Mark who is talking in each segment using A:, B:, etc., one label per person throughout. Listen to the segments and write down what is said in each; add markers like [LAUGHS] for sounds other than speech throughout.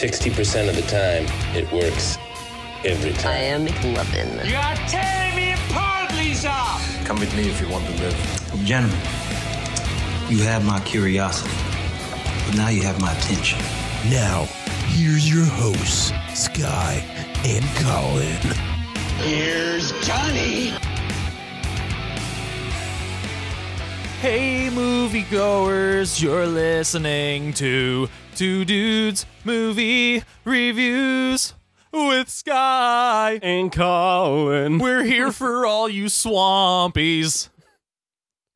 A: 60% of the time, it works every time.
B: I am McLovin.
C: You are tearing me apart, Lisa!
D: Gentlemen, you have my curiosity, but now you have my attention.
E: Now, here's your hosts, Sky and Colin.
F: Hey, moviegoers, you're listening to Two Dudes Movie Reviews with Sky and Colin. We're here for all you swampies.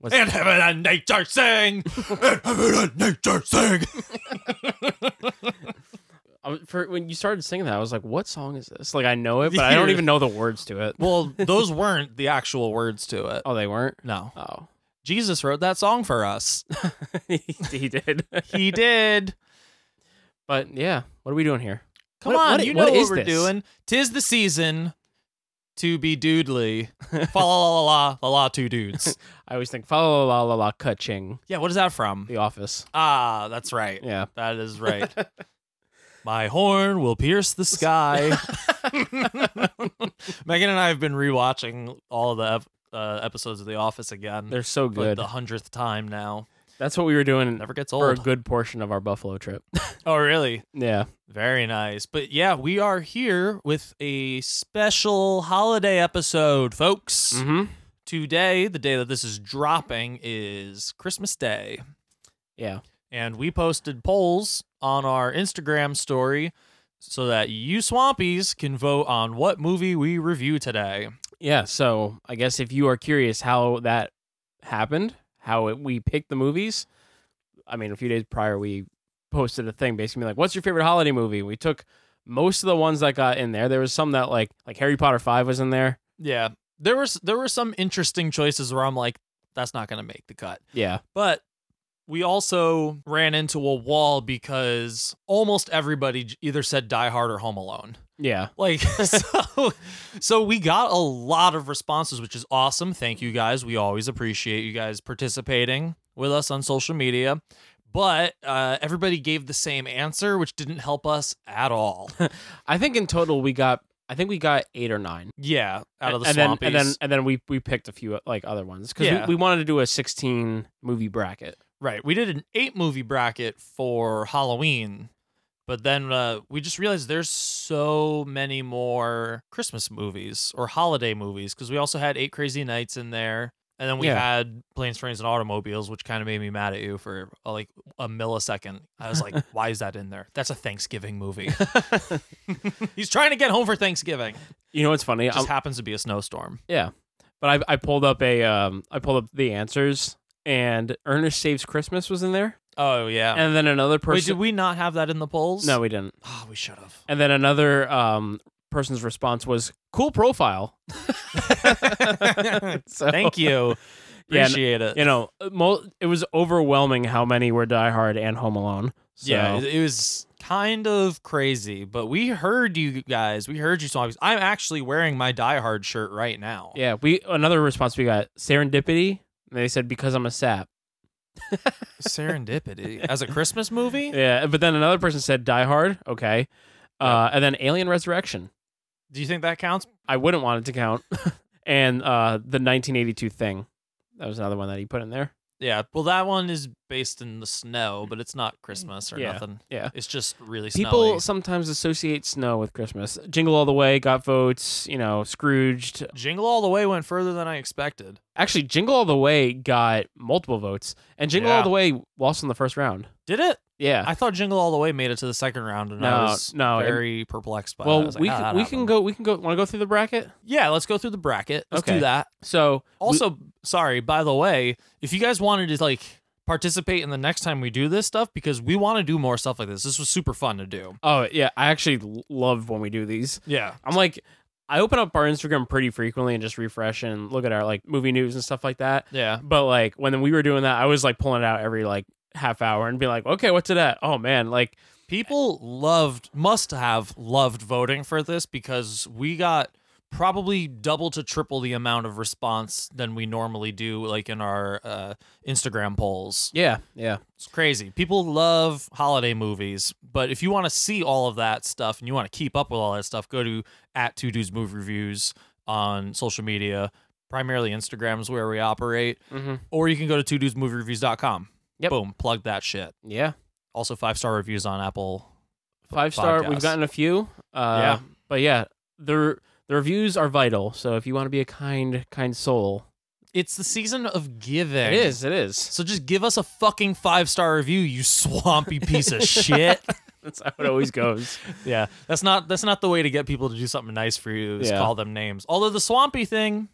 F: and heaven and nature sing!
G: [LAUGHS]
F: and heaven and nature sing!
G: I was- for when you started singing that, I was like, "What song is this?" Like I know it, but I don't even know the words to it. [LAUGHS]
F: well, those weren't the actual words to it.
G: Oh, they weren't.
F: No.
G: Oh,
F: Jesus wrote that song for us.
G: [LAUGHS] he, he did.
F: [LAUGHS] He did.
G: but yeah, what are we doing here?
F: Come
G: What-
F: on,
G: what-
F: you know
G: what
F: what,
G: is
F: we're
G: this?
F: doing. Tis the season to be doodly. Fa la la la la la two dudes.
G: [LAUGHS] I always think fa la la la la ka-ching,
F: yeah, what is that from?
G: The Office.
F: Ah, that's right.
G: Yeah.
F: That is
G: [LAUGHS]
F: right. My horn will pierce
G: [LAUGHS]
F: the sky. [LAUGHS] Megan and I have been rewatching all of the ep- uh, episodes of The Office again.
G: They're so
F: for like
G: good.
F: the hundredth time now.
G: That's what we were doing.
F: Never gets
G: for a
F: old.
G: good portion of our Buffalo trip.
F: [LAUGHS] oh, really?
G: yeah.
F: Very nice. But yeah, we are here with a special holiday episode, folks.
G: Mm-hmm.
F: Today, the day that this is dropping, is Christmas Day.
G: Yeah.
F: And we posted polls on our Instagram story so that you swampies can vote on what movie we review today.
G: Yeah. So I guess if you are curious how that happened, how it, we picked the movies, I mean, a few days prior, we posted a thing basically like, "What's your favorite holiday movie?" We took most of the ones that got in there. There was some that like like Harry Potter Five was in there.
F: Yeah. There was there were some interesting choices where I'm like that's not going to make the cut.
G: Yeah,
F: But we also ran into a wall because almost everybody j- either said Die Hard or Home Alone.
G: yeah, [LAUGHS]
F: Like so, so we got a lot of responses, which is awesome. Thank you guys. We always appreciate you guys participating with us on social media. But uh, everybody gave the same answer, which didn't help us at all.
G: [LAUGHS] I think in total we got I think we got eight or nine
F: yeah, out of the
G: and
F: swampies.
G: Then, and then and then we we picked a few like other ones because
F: Yeah.
G: we, we wanted to do a sixteen movie bracket.
F: right, we did an eight movie bracket for Halloween, but then uh, we just realized there's so many more Christmas movies or holiday movies because we also had Eight Crazy Nights in there. And then we
G: Yeah.
F: had planes, trains, and automobiles, which kind of made me mad at you for uh, like a millisecond. I was like, "Why is that in there? That's a
G: [LAUGHS]
F: Thanksgiving movie." [LAUGHS] He's trying to get home for Thanksgiving.
G: You know what's funny?
F: It just
G: I'm-
F: happens to be a snowstorm.
G: Yeah. But I, I pulled up a um I pulled up the answers and Ernest Saves Christmas was in there.
F: Oh yeah.
G: And then another
F: Wait,
G: person
F: did we not have that in the polls?
G: No, we didn't.
F: Oh, we should have.
G: And then another um person's response was cool profile. [LAUGHS] So,
F: [LAUGHS] Thank you.
G: Yeah, n-
F: Appreciate it.
G: You know, mo- it was overwhelming how many were Die Hard and Home Alone. So,
F: Yeah, it it was kind of crazy, but we heard you guys. We heard you songs. I'm actually wearing my Die Hard shirt right now.
G: Yeah, we another response we got serendipity. And they said because I'm a sap.
F: Serendipity as a Christmas movie.
G: Yeah, but then another person said Die Hard. Okay, uh, and then Alien Resurrection.
F: Do you think that counts?
G: I wouldn't want it to count. [LAUGHS] and uh, the 1982 thing. That was another one that he put in there.
F: Yeah. Well, that one is based in the snow, but it's not Christmas or
G: Yeah,
F: nothing.
G: yeah.
F: It's just really
G: People
F: snowy.
G: sometimes associate snow with Christmas. Jingle All the Way got votes. You know, Scrooged.
F: Jingle All the Way went further than I expected.
G: Actually, Jingle All the Way got multiple votes, and Jingle
F: Yeah.
G: All the Way lost in the first round.
F: Did it?
G: Yeah.
F: I thought Jingle All the Way made it to the second round, and I
G: No,
F: was
G: no, it-
F: very perplexed by. it. I
G: well,
F: was like,
G: we
F: "How
G: can,
F: that
G: we can
F: happened?"
G: go. We can go. Want to go through the bracket?
F: Yeah, let's go through the bracket. Let's do
G: Okay.
F: that.
G: So we-
F: Also, sorry, by the way, if you guys wanted to like
C: participate in the next time we do this stuff because we want to do more stuff like this. This was super fun to do.
F: Oh yeah, I actually l- love when we do these.
C: Yeah.
F: I'm like, I open up our Instagram pretty frequently and just refresh and look at our like movie news and stuff like that.
C: Yeah.
F: But like when we were doing that, I was like pulling it out every like half hour and be like, okay, what's it at? Oh man, like
C: People loved, must have loved voting for this because we got probably double to triple the amount of response than we normally do, like in our uh, Instagram polls.
F: yeah, yeah.
C: It's crazy. People love holiday movies, but if you want to see all of that stuff and you want to keep up with all that stuff, go to at Two Dudes Movie Reviews on social media. Primarily Instagram is where we operate,
F: Mhm.
C: or you can go to two dudes movie reviews.com.
F: Yep.
C: Boom, plug that shit.
F: Yeah.
C: Also, five star reviews on Apple.
F: Five star. We've
C: Podcast.
F: gotten a few. Uh,
C: Yeah.
F: But yeah, the the reviews are vital. So if you want to be a kind kind soul,
C: It's the season of giving.
F: it is. It is.
C: So just give us a fucking five star review, you swampy piece of shit.
F: [LAUGHS] That's how it always goes.
C: [LAUGHS] Yeah, that's not that's not the way to get people to do something nice for you. Is
F: Yeah.
C: call them names. Although the Swampy thing,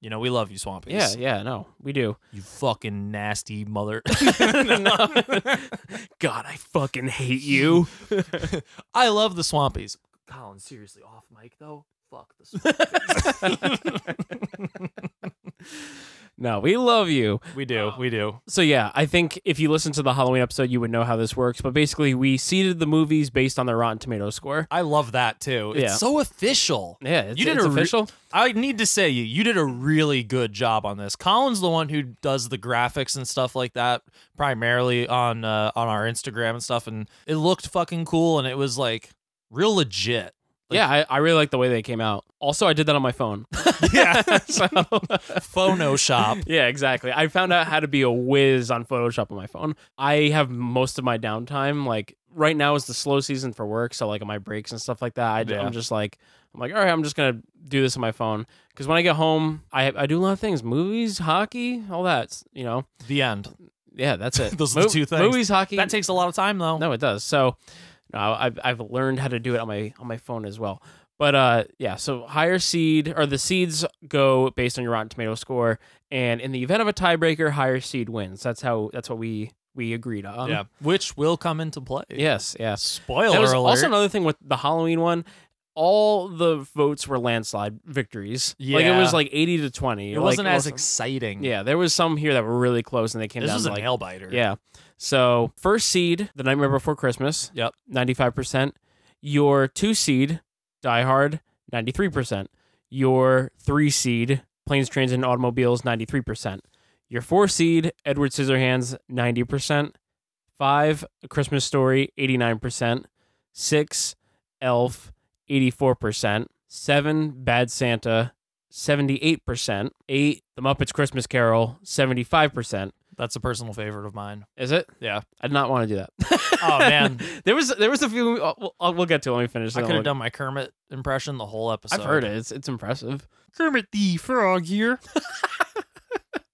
C: you know, we love you, Swampies.
F: yeah. Yeah. No, we do.
C: you fucking nasty mother.
F: [LAUGHS]
C: [LAUGHS]
F: No. God, I fucking [LAUGHS] hate you.
C: I love the Swampies. Colin, seriously, off mic though. Fuck
F: [LAUGHS]
C: the Swampies. [LAUGHS]
F: No, we love you.
C: we do, we do.
F: So yeah, I think if you listen to the Halloween episode, you would know how this works. But basically, we seeded the movies based on their Rotten Tomato score.
C: I love that too. It's
F: Yeah.
C: so official.
F: Yeah, it's,
C: you did
F: it's
C: a re-
F: official.
C: I need to say you you did a really good job on this. Colin's the one who does the graphics and stuff like that primarily on uh, on our Instagram and stuff, and it looked fucking cool and it was like real legit. Like-
F: yeah, I, I really like the way they came out. Also, I did that on my phone. [LAUGHS]
C: Yeah,
F: so
C: Photoshop.
F: yeah, exactly. I found out how to be a whiz on Photoshop on my phone. I have most of my downtime. Like right now is the slow season for work, so like on my breaks and stuff like that, I,
C: Yeah.
F: am just like, I'm like, all right, I'm just gonna do this on my phone because when I get home, I I do a lot of things: movies, hockey, all that. You know,
C: The end.
F: yeah, that's it.
C: [LAUGHS] Those are the two things.
F: Movies, hockey.
C: That takes a lot of time though.
F: No, it does. So no, I've I've learned how to do it on my on my phone as well. But uh, yeah. So higher seed or the seeds go based on your Rotten Tomato score, and in the event of a tiebreaker, higher seed wins. That's how. That's what we we agreed on.
C: yeah, which will come into play.
F: Yes. Yes.
C: Spoiler
F: That was
C: alert.
F: also another thing with the Halloween one. All the votes were landslide victories. Like it
C: Yeah.
F: was like eighty to twenty.
C: it
F: Like,
C: wasn't as
F: wasn't-
C: exciting.
F: Yeah, there was some here that were really close, and they came
C: this
F: down
C: was
F: to
C: a
F: like
C: nail biter.
F: yeah. So first seed, The Nightmare Before Christmas.
C: Yep.
F: Ninety five percent. Your two seed, Die Hard. Ninety three percent. Your three seed, Planes, Trains, and Automobiles. Ninety three percent. Your four seed, Edward Scissorhands. Ninety percent. Five, A Christmas Story. Eighty nine percent. Six, Elf. Eighty four percent. Seven, Bad Santa. 78%. 8. The Muppets Christmas Carol, 75%.
C: that's a personal favorite of mine.
F: Is it?
C: Yeah.
F: I did not want to do that.
C: [LAUGHS] Oh, man.
F: [LAUGHS] there was there was a few. uh, We'll, uh, we'll get to. it. Let me finish.
C: I could
F: then I'll
C: have
F: look.
C: done my Kermit impression the whole episode.
F: I've heard it. It's it's impressive.
C: Kermit the Frog
F: [LAUGHS]
C: here.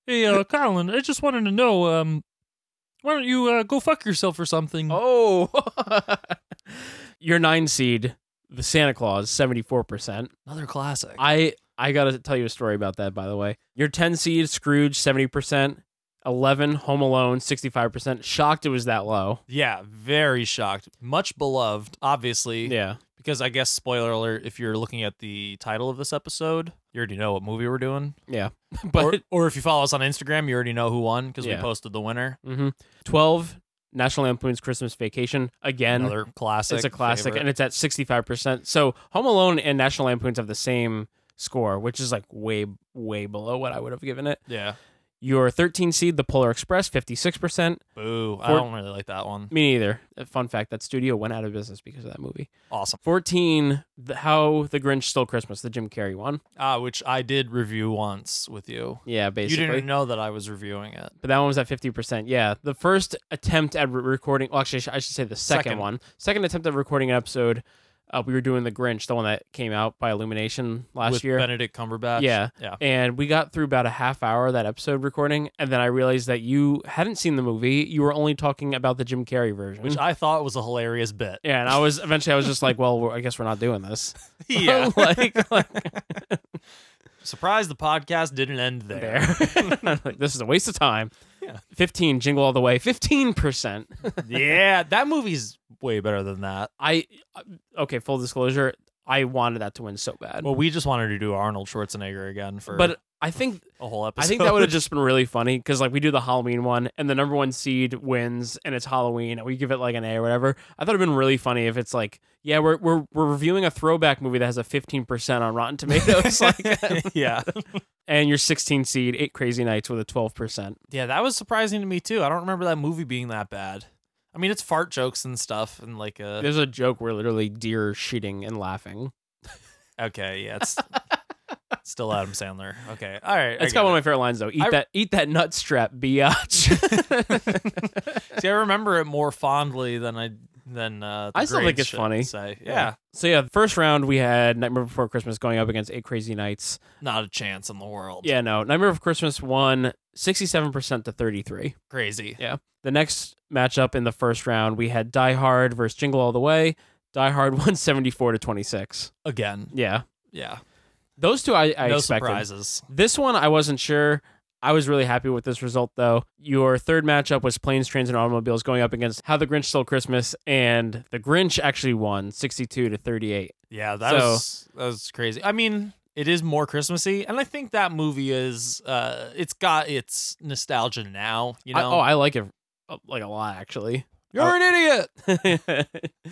C: hey, uh, Colin, I just wanted to know, um, why don't you uh, go fuck yourself or something?
F: Oh, [LAUGHS] your nine seed, the Santa Claus, seventy four percent.
C: Another classic.
F: I I gotta tell you a story about that. By the way, your ten seed, Scrooge, seventy percent. Eleven, Home Alone, sixty five percent. Shocked it was that low.
C: yeah, very shocked. Much beloved, obviously.
F: Yeah.
C: Because I guess, spoiler alert, if you're looking at the title of this episode, you already know what movie we're doing.
F: Yeah.
C: [LAUGHS] But or, or if you follow us on Instagram, you already know who won because
F: Yeah.
C: we posted the winner.
F: hmm Twelve, National Lampoon's Christmas Vacation. Again,
C: Another classic.
F: it's a classic
C: favorite.
F: and it's at 65% so home alone and national lampoons have the same score which is like way way below what i would have given it
C: yeah.
F: your 13 seed the polar express 56%
C: Boo. I
F: Four-
C: don't really like that one.
F: me neither Uh, fun fact that studio went out of business because of that movie
C: Awesome.
F: 14 the, how the grinch stole christmas the jim carrey one
C: Uh, which I did review once with you.
F: yeah basically
C: You didn't know that I was reviewing it.
F: but that one was at 50% yeah the first attempt at re- recording well actually I should- i should say the second,
C: Second.
F: one second attempt at recording an episode uh, we were doing the grinch the one that came out by illumination last
C: with
F: year
C: Benedict Cumberbatch.
F: Yeah.
C: Yeah.
F: And we got through about a half hour of that episode recording, and then I realized that you hadn't seen the movie. You were only talking about the Jim Carrey version.
C: Which I thought was a hilarious bit.
F: yeah, and I was eventually I was just like, well, we're- I guess we're not doing
C: [LAUGHS]
F: this. [LAUGHS] like, like
C: Surprise the podcast didn't end there.
F: [LAUGHS] there, Like, this is a waste of time. 15 jingle all the way 15%
C: [LAUGHS] yeah, that movie's way better than that.
F: i okay full disclosure i wanted that to win so bad
C: Well, we just wanted to do Arnold Schwarzenegger again for
F: but i think
C: a whole episode.
F: i
C: [LAUGHS]
F: think that would have just been really funny because like we do the halloween one and the number one seed wins and it's halloween and we give it like an a or whatever i thought it'd been really funny if it's like yeah we're we're, we're reviewing a throwback movie that has a 15% on rotten tomatoes [LAUGHS]
C: [LAUGHS]
F: like
C: yeah,
F: [LAUGHS] and your 16 seed eight crazy nights with a 12%
C: yeah, that was surprising to me too. I don't remember that movie being that bad. I mean, it's fart jokes and stuff, and like uh
F: there's a joke where literally deer are shitting and laughing
C: okay, yeah,
F: [LAUGHS]
C: it's still Adam Sandler. Okay, all right, I
F: It's
C: get
F: got one
C: it.
F: of my favorite lines though. Eat
C: I-
F: that, eat that nut strap, biatch.
C: [LAUGHS] See, I remember it more fondly than I than uh, the
F: I still think
C: grades
F: it's
C: should
F: funny.
C: Say, yeah,
F: So yeah, the first round we had Nightmare Before Christmas going up against Eight Crazy Nights.
C: not a chance in the world.
F: Yeah, no, Nightmare Before Christmas won sixty-seven percent to thirty-three.
C: crazy.
F: Yeah. The next matchup in the first round we had Die Hard versus Jingle All the Way. Die Hard [LAUGHS] won seventy-four to twenty-six.
C: Again,
F: Yeah,
C: yeah,
F: those two I, I
C: no
F: expected.
C: surprises.
F: This one I wasn't sure. I was really happy with this result though. Your third matchup was Planes, Trains, and Automobiles going up against How the Grinch Stole Christmas, and the Grinch actually won sixty-two to thirty-eight.
C: Yeah, that
F: So-
C: was that was crazy. I mean, it is more Christmassy, and I think that movie is uh, it's got its nostalgia now. You
F: I-
C: know,
F: oh, I like it uh, like a lot actually.
C: you're an
F: idiot. [LAUGHS]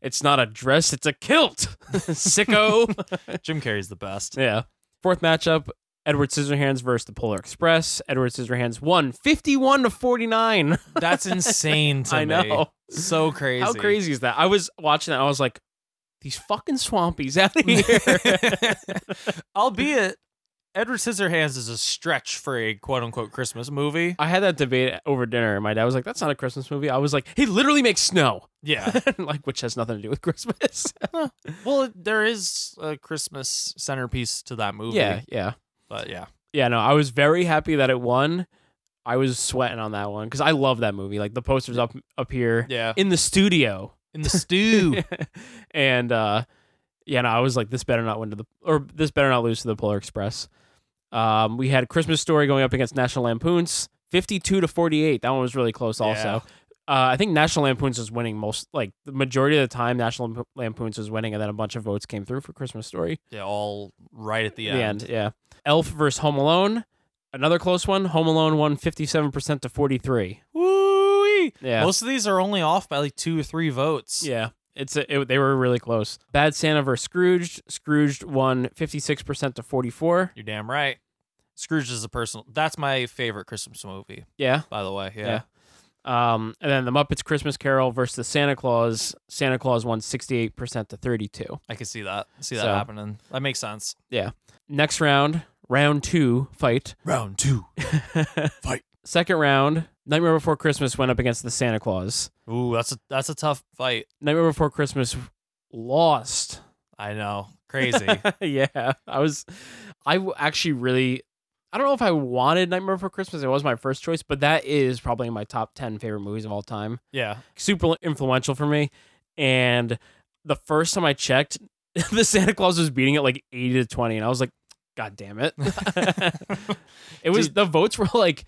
F: it's not a dress; it's a kilt, [LAUGHS] sicko.
C: idiot. [LAUGHS] Jim Carrey's the best.
F: yeah. Fourth matchup: Edward Scissorhands versus the Polar Express. Edward Scissorhands won fifty-one to forty-nine. [LAUGHS]
C: That's insane to
F: I
C: me.
F: know.
C: So crazy.
F: How crazy is that? I was watching that. I was like, these fucking swampies out of
C: [LAUGHS]
F: here.
C: Albeit, Edward Scissorhands is a stretch for a quote unquote Christmas movie.
F: I had that debate over dinner. and My dad was like, that's not a Christmas movie. I was like, he literally makes snow,
C: Yeah.
F: [LAUGHS] like, which has nothing to do
C: [LAUGHS]
F: with Christmas.
C: well, it- there is a Christmas centerpiece to that movie.
F: yeah, yeah.
C: But yeah.
F: Yeah, no, I was very happy that it won. I was sweating on that one because I love that movie. Like, the poster's up, up here
C: Yeah.
F: in the studio.
C: In the stew.
F: [LAUGHS] and uh yeah, no, I was like, this better not win to the or this better not lose to the Polar Express. Um, we had Christmas Story going up against National Lampoons, fifty-two to forty-eight. That one was really close. Also, uh, I think National Lampoons was winning most, like the majority of the time. National Lamp- Lampoons was winning, and then a bunch of votes came through for Christmas Story.
C: yeah, all right at the
F: The
C: end.
F: end, yeah. Elf versus Home Alone, another close one. Home Alone won fifty-seven percent to forty-three.
C: Woo!
F: Yeah,
C: Most of these are only off by like two or three votes.
F: Yeah. It's a, it, they were really close. Bad Santa versus Scrooged. Scrooged won 56% to 44.
C: You're damn right. Scrooge is a personal. That's my favorite Christmas movie,
F: Yeah.
C: by the way. Yeah.
F: Yeah. Um, and then the Muppets Christmas Carol versus the Santa Claus. Santa Claus won 68% to 32.
C: I can see that. See that
F: So-
C: happening. That makes sense.
F: Next round, round two fight.
E: Round two.
F: Second round, Nightmare Before Christmas went up against the Santa Claus.
C: Ooh, that's a that's a tough fight.
F: Nightmare Before Christmas lost.
C: I know. Crazy.
F: [LAUGHS] yeah. I was, I w- actually really, I don't know if I wanted Nightmare Before Christmas. It was my first choice, but that is probably in my top 10 favorite movies of all time.
C: yeah.
F: super influential for me. And the first time I checked, [LAUGHS] the Santa Claus was beating it like 80 to 20. And I was like, God
C: [LAUGHS]
F: damn it. [LAUGHS] it was,
C: Dude.
F: the votes were like,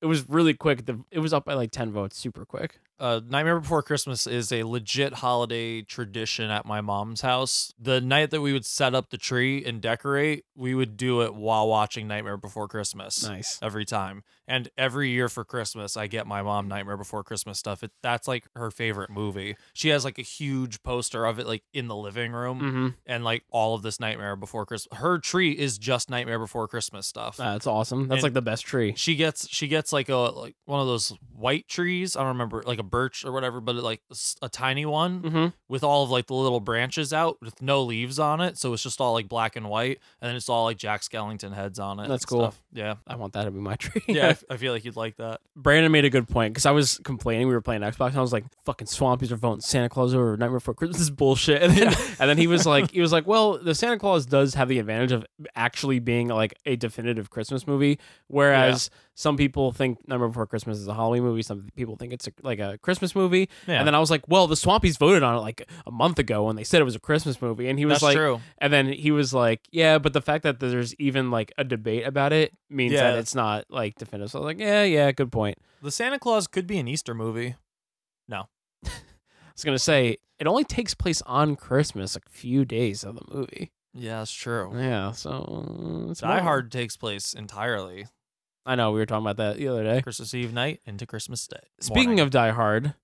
F: it was really quick. The, it was up by like 10 votes, super quick.
C: uh, Nightmare Before Christmas is a legit holiday tradition at my mom's house. The night that we would set up the tree and decorate, we would do it while watching Nightmare Before Christmas
F: Nice.
C: every time. And every year for Christmas, I get my mom Nightmare Before Christmas stuff. It, that's like her favorite movie. She has like a huge poster of it, like in the living room,
F: Mm-hmm.
C: and like all of this Nightmare Before Christmas. Her tree is just Nightmare Before Christmas stuff.
F: Ah, that's awesome. That's
C: And-
F: like the best tree.
C: She gets she gets like a like one of those white trees. I don't remember like a birch or whatever, but like s- a tiny one
F: Mm-hmm.
C: with all of like the little branches out with no leaves on it. So it's just all like black and white, and then it's all like Jack Skellington heads on it.
F: That's
C: and
F: cool.
C: stuff. Yeah,
F: I want that to be my [LAUGHS] tree.
C: yeah. I f- I feel like you'd like that.
F: Brandon made a good point because I was complaining. We were playing Xbox, and I was like, "Fucking swampies are voting Santa Claus over Nightmare Before Christmas is bullshit." [LAUGHS] And then, and then
C: [LAUGHS]
F: he was like, "He was like, well, the Santa Claus does have the advantage of actually being like a definitive Christmas movie, whereas some people people think Number Before Christmas is a Halloween movie. Some people think it's a, like a Christmas movie.
C: Yeah.
F: And then I was like, well, the Swampies voted on it like a month ago, and they said it was a Christmas movie. And he was
C: That's
F: like,
C: true.
F: and then he was like, yeah, but the fact that there's even like a debate about it means
C: Yeah.
F: that it's not like definitive. So I was like, yeah, yeah, good point.
C: The Santa Claus could be an Easter movie.
F: [LAUGHS] I was gonna say it only takes place on Christmas, like a few days of the movie.
C: Yeah, that's true.
F: Yeah, so uh, it's
C: Die
F: more-
C: Hard takes place entirely
F: I know we were talking about that the other day.
C: Christmas Eve night into Christmas Day.
F: Speaking of Die Hard,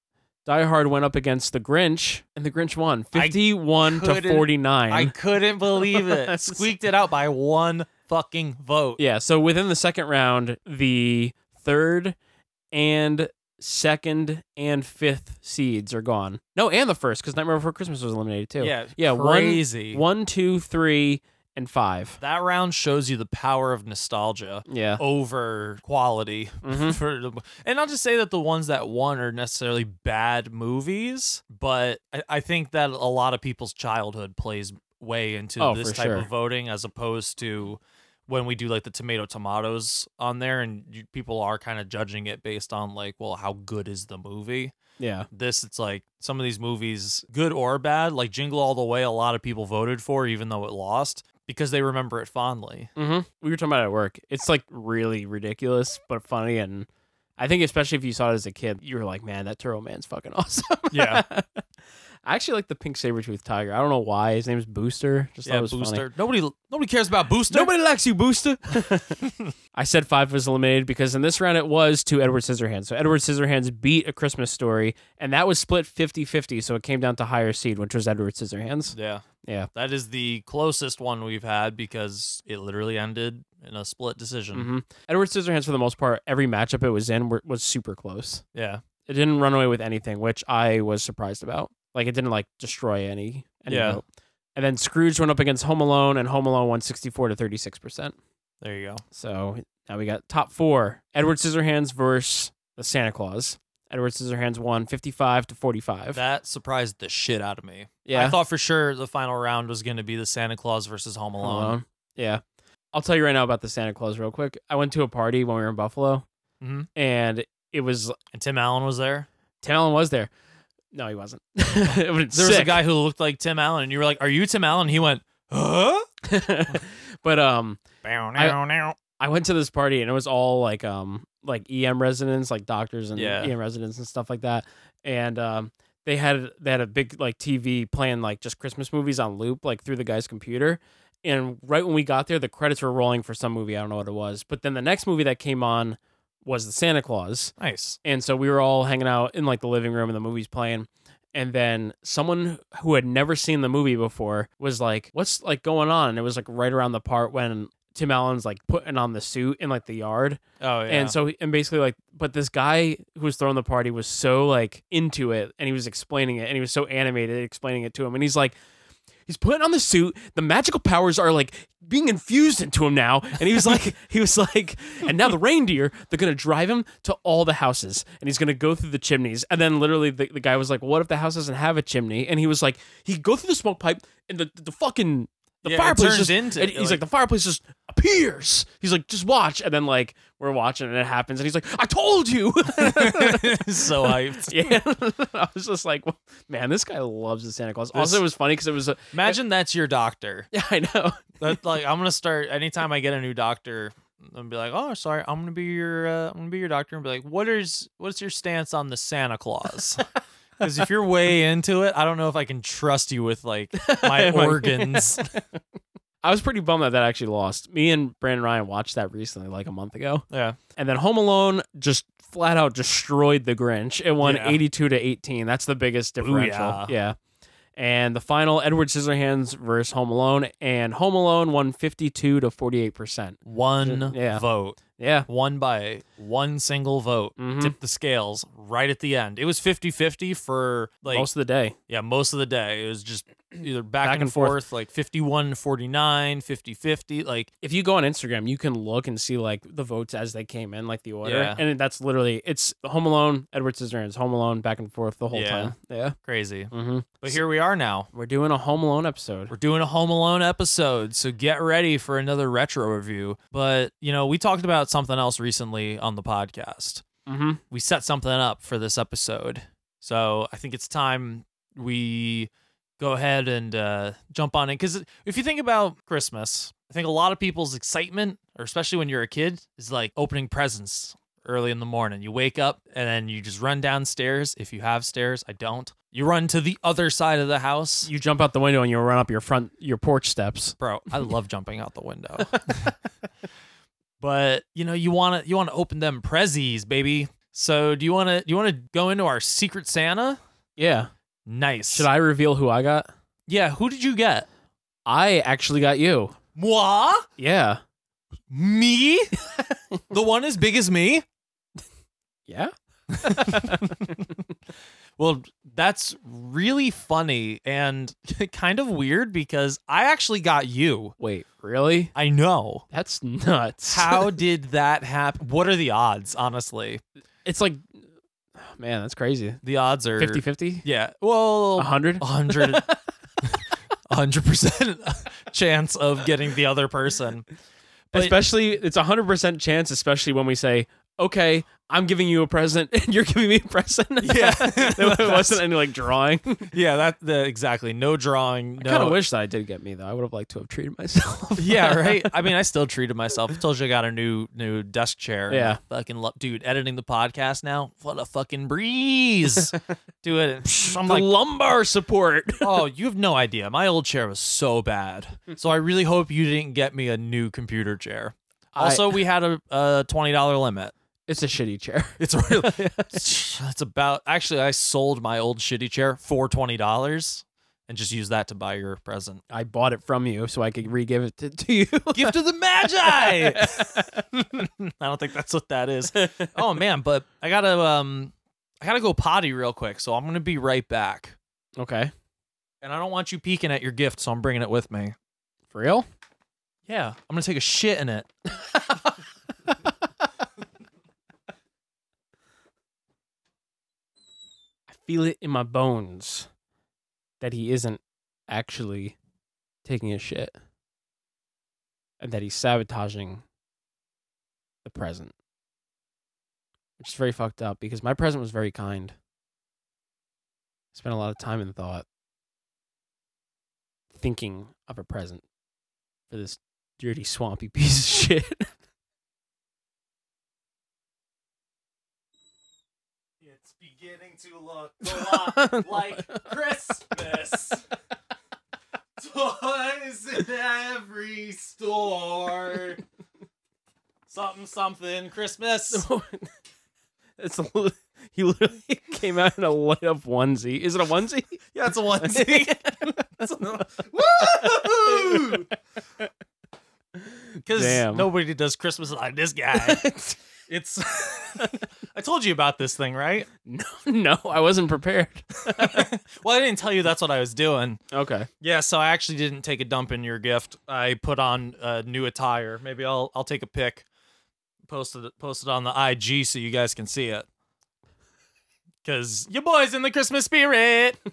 F: Die Hard went up against The Grinch, and The Grinch won, fifty-one to
C: couldn't-
F: forty-nine.
C: I couldn't believe
F: [LAUGHS]
C: it. Squeaked it out by one fucking vote.
F: yeah, so within the second round, the third and second and fifth seeds are gone. No, and the first because Nightmare Before Christmas was eliminated too.
C: Yeah,
F: yeah,
C: crazy.
F: One, one, two, three, and five.
C: That round shows you the power of nostalgia
F: Yeah. Mm-hmm.
C: over quality. [LAUGHS] For the, and not to say that the ones that won are necessarily bad movies, but I, I think that a lot of people's childhood plays way into
F: Oh,
C: this
F: for
C: type
F: sure.
C: of voting as opposed to when we do like the tomato tomatoes on there and you, people are kind of judging it based on like, well, how good is the movie?
F: Yeah.
C: this it's like some of these movies good or bad like jingle all the way a lot of people voted for even though it lost because they remember it fondly
F: hmm We were talking about it at work. It's like really ridiculous, but funny. And I think, especially if you saw it as a kid, you were like, man, that Turtle Man's fucking [LAUGHS] awesome.
C: Yeah.
F: [LAUGHS] I actually like the pink saber tooth tiger. I don't know why. His name's Booster. Just thought it was funny.
C: booster nobody nobody cares about booster
F: Nobody likes
C: [LAUGHS]
F: you, Booster. [LAUGHS] I said five was eliminated because in this round it was to Edward Scissorhands. So Edward Scissorhands beat A Christmas Story, and that was split 50 50. So it came down to higher seed, which was Edward Scissorhands.
C: yeah
F: Yeah.
C: that is the closest one we've had because it literally ended in a split decision
F: hmm Edward Scissorhands, for the most part, every matchup it was in were, was super close.
C: yeah
F: it didn't run away with anything, which I was surprised about. Like it didn't like destroy any. any
C: Yeah.
F: vote. And then Scrooge went up against Home Alone, and Home Alone won sixty four to thirty six percent.
C: there you go
F: So now we got top four: Edward Scissorhands versus the Santa Claus. Edward Scissorhands won fifty five to forty five.
C: that surprised the shit out of me
F: Yeah,
C: i thought for sure the final round was going to be the santa claus versus home
F: Home
C: alone,
F: Yeah, I'll tell you right now about the Santa Claus real quick. I went to a party when we were in Buffalo,
C: Mhm.
F: and it was
C: and tim allen was there
F: Tim Allen was there. No, he wasn't. [LAUGHS] there
C: there was a guy who looked like tim allen and you were like are you tim allen he went huh
F: [LAUGHS] but um, I went to this party and it was all like um like EM residents, like doctors and
C: Yeah.
F: EM residents and stuff like that. And um they had they had a big like TV playing like just Christmas movies on loop like through the guy's computer. And right when we got there, the credits were rolling for some movie. I don't know what it was, but then the next movie that came on was the Santa Claus.
C: nice
F: And so we were all hanging out in like the living room and the movie's playing. And then someone who had never seen the movie before was like, What's like going on? And it was like right around the part when Tim Allen's like putting on the suit in like the yard.
C: Oh yeah.
F: And so, and basically, like, but this guy who was throwing the party was so like into it and he was explaining it and he was so animated explaining it to him. And he's like, he's putting on the suit. The magical powers are like being infused into him now. And he was like, he was like, and now the reindeer, they're going to drive him to all the houses and he's going to go through the chimneys. And then literally the, the guy was like, what if the house doesn't have a chimney? And he was like, he'd go through the smoke pipe and the, the fucking. The
C: Yeah, it
F: fireplace
C: turns
F: just,
C: into-
F: and he's
C: like-
F: like the fireplace just appears. He's like, just watch, and then like we're watching, and it happens, and he's like, I told you.
C: [LAUGHS] so hyped.
F: [LAUGHS] yeah, I was just like, man, this guy loves the Santa Claus. also, it was funny because it was. A,
C: Imagine that's your doctor.
F: [LAUGHS] yeah, I know.
C: That like I'm gonna start anytime I get a new doctor. I'm be like, oh, sorry, I'm gonna be your, uh, I'm gonna be your doctor, and be like, what is, what's your stance on the Santa
F: [LAUGHS]
C: Claus? Because if you're way into it, I don't know if I can trust you with
F: [LAUGHS]
C: like my
F: Like-
C: organs.
F: I was pretty bummed that that actually lost. Me and Brandon Ryan watched that recently, like a month ago,
C: yeah,
F: and then Home Alone just flat out destroyed the Grinch. It won
C: Yeah.
F: eighty-two to eighteen. That's the biggest differential.
C: Booyah.
F: Yeah. And the final Edward Scissorhands versus Home Alone, and Home Alone won fifty-two to forty-eight percent.
C: one
F: Yeah.
C: vote,
F: Yeah.
C: one by one single vote,
F: Mhm.
C: tipped the scales right at the end. It was 50-50 for like
F: most of the day.
C: Yeah, most of the day it was just either back,
F: Back
C: and,
F: and
C: forth,
F: forth.
C: like 51 to 49, 50 50. Like,
F: if you go on Instagram, you can look and see like the votes as they came in, like the order.
C: Yeah.
F: And that's literally it's Home Alone, Edward Scissorhands, Home Alone, back and forth the whole
C: Yeah.
F: time. Yeah.
C: crazy.
F: Mm-hmm.
C: But here we are now.
F: We're doing a Home Alone episode.
C: We're doing a Home Alone episode, so get ready for another retro review. But, you know, we talked about something else recently on the podcast.
F: Mm-hmm.
C: We set something up for this episode. So I think it's time we go ahead and uh, jump on it. Because if you think about Christmas, I think a lot of people's excitement, or especially when you're a kid, is like opening presents early in the morning. You wake up and then you just run downstairs. If you have stairs, I don't. You run to the other side of the house.
F: You jump out the window and you run up your front your porch steps.
C: bro i love jumping out the
F: [LAUGHS]
C: window [LAUGHS] but you know you want to you want to open them prezzies baby so do you want to do you want to go into our secret santa
F: Yeah.
C: nice
F: Should I reveal who I got?
C: yeah who did you get
F: I actually got you.
C: moi
F: Yeah.
C: me
F: [LAUGHS]
C: the one as big as me
F: Yeah.
C: [LAUGHS] well that's really funny and [LAUGHS] kind of weird because i actually got you
F: Wait, really?
C: i know
F: That's nuts.
C: how
F: [LAUGHS]
C: did that happen what are the odds honestly
F: It's like, man, that's crazy.
C: the odds are
F: 50 50?
C: yeah well
F: 100? [LAUGHS]
C: 100 percent chance of getting the other person. But-
F: especially, it's a 100% chance, especially when we say, okay, I'm giving you a present [LAUGHS] and you're giving me a present.
C: Yeah.
F: [LAUGHS]
C: [LAUGHS]
F: there wasn't any like drawing.
C: Yeah, that the, exactly. No drawing.
F: I
C: No.
F: kind of wish that I did get me, though. I would have liked to have treated myself.
C: [LAUGHS] Yeah,
F: [LAUGHS]
C: right. I mean, I still treated myself. I told you I got a new new desk chair. and
F: Yeah.
C: I fucking love, dude. Editing the podcast now. What a fucking
F: [LAUGHS]
C: breeze. Do it. I'm
F: the
C: like,
F: lumbar support. [LAUGHS]
C: oh, you have no idea. My old chair was so bad. So I really hope you didn't get me a new computer chair.
F: I-
C: Also, we had a, a twenty dollar limit.
F: It's a shitty chair.
C: [LAUGHS] It's really
F: [LAUGHS]
C: it's about actually I sold my old shitty chair for twenty dollars and just used that to buy your present.
F: I bought it from you so I could re give it to, to you.
C: [LAUGHS] Gift of the Magi. I
F: [LAUGHS]
C: don't think that's what that is. Oh man, but I gotta um I gotta go potty real quick, so I'm gonna be right back.
F: okay.
C: And I don't want you peeking at your gift, so I'm bringing it with me.
F: For real?
C: Yeah, I'm gonna take a shit in it.
F: I feel it in my bones that he isn't actually taking a shit and that he's sabotaging the present. Which is very fucked up because my present was very kind. Spent a lot of time and thought thinking of a present for this dirty, swampy [LAUGHS] piece of shit.
C: It's beginning to look a [LAUGHS] lot like Christmas. Toys in every store. Something, something, Christmas.
F: it's a, li- he literally [LAUGHS] came out in a light up onesie. Is it a onesie?
C: Yeah, it's a [LAUGHS] onesie.
F: [LAUGHS]
C: Woo! Because
F: Damn.
C: nobody does Christmas like this [LAUGHS] guy. it's. I told you about this thing, right?
F: No, [LAUGHS] no, I wasn't prepared.
C: Well, I didn't tell you that's what I was doing.
F: Okay.
C: Yeah, so I actually didn't take a dump in your gift. I put on uh, new attire. Maybe I'll I'll take a pic, post it post it on the IG so you guys can see it. Cause your boy's in the Christmas spirit. [LAUGHS]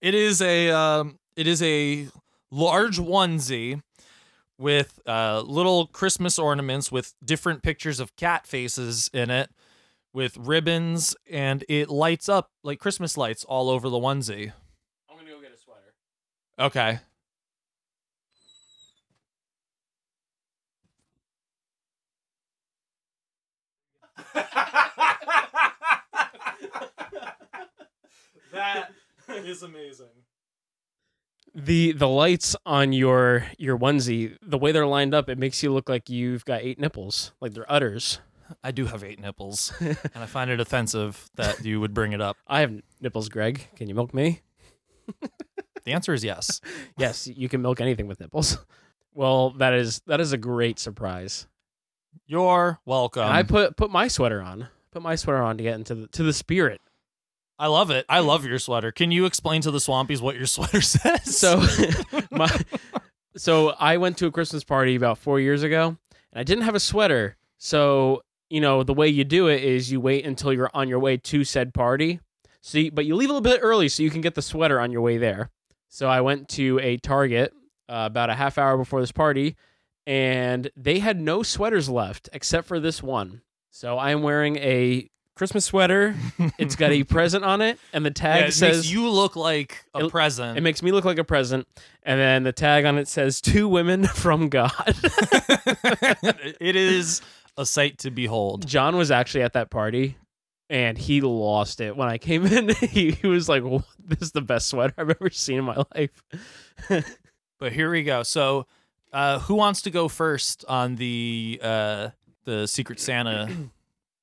C: it is a um, it is a large onesie with uh, little Christmas ornaments with different pictures of cat faces in it with ribbons and it lights up like Christmas lights all over the onesie.
F: I'm gonna go get a sweater.
C: Okay. that is amazing.
F: The the lights on your your onesie, the way they're lined up, it makes you look like you've got eight nipples, like they're udders.
C: I do have eight nipples, and I find it offensive that you would bring it up.
F: I have nipples, Greg. Can you milk me?
C: The answer is yes.
F: Yes, you can milk anything with nipples. Well, that is that is a great surprise.
C: You're welcome. Um,
F: And I put put my sweater on. Put my sweater on to get into the to the spirit
C: I love it. I love your sweater. Can you explain to the Swampies what your [LAUGHS] sweater says?
F: [LAUGHS] So, my, so I went to a Christmas party about four years ago, and I didn't have a sweater. So, you know, the way you do it is you wait until you're on your way to said party. So, you, but you leave a little bit early so you can get the sweater on your way there. So I went to a Target uh, about a half hour before this party, and they had no sweaters left except for this one. So I am wearing a Christmas sweater. it's got
C: [LAUGHS]
F: a present on it, and the
C: Yeah,
F: tag
C: it makes
F: says
C: you look like a
F: It-
C: present.
F: it makes me look like a present. And then the tag on it says two women [LAUGHS] from God.
C: [LAUGHS]
F: [LAUGHS]
C: it is a sight to behold.
F: John was actually at that party and he lost it. When I came [LAUGHS] in, he, he was like, "What? This is the best sweater I've ever seen in my [LAUGHS] life.
C: But here we go. So, uh, who wants to go first on the uh, the Secret
F: [CLEARS THROAT]
C: Santa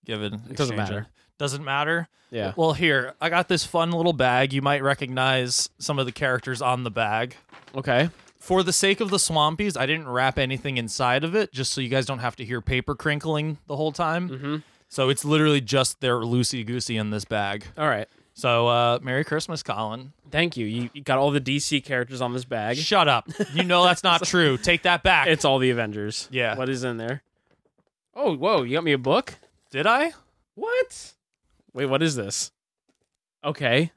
C: given? It
F: doesn't matter.
C: Doesn't matter.
F: Yeah.
C: Well, here I got this fun little bag. You might recognize some of the characters on the bag.
F: Okay.
C: For the sake of the Swampies, I didn't wrap anything inside of it, just so you guys don't have to hear paper crinkling the whole time.
F: Mhm.
C: So it's literally just their loosey goosey in this bag.
F: All right.
C: So uh, Merry Christmas, Colin.
F: Thank you. you. You got all the DC characters on this bag.
C: Shut up. You know that's
F: [LAUGHS]
C: not true. Take that back.
F: It's all the Avengers.
C: Yeah.
F: What is in there? Oh, whoa. You got me a book?
C: Did I?
F: What? Wait, what is this? Okay.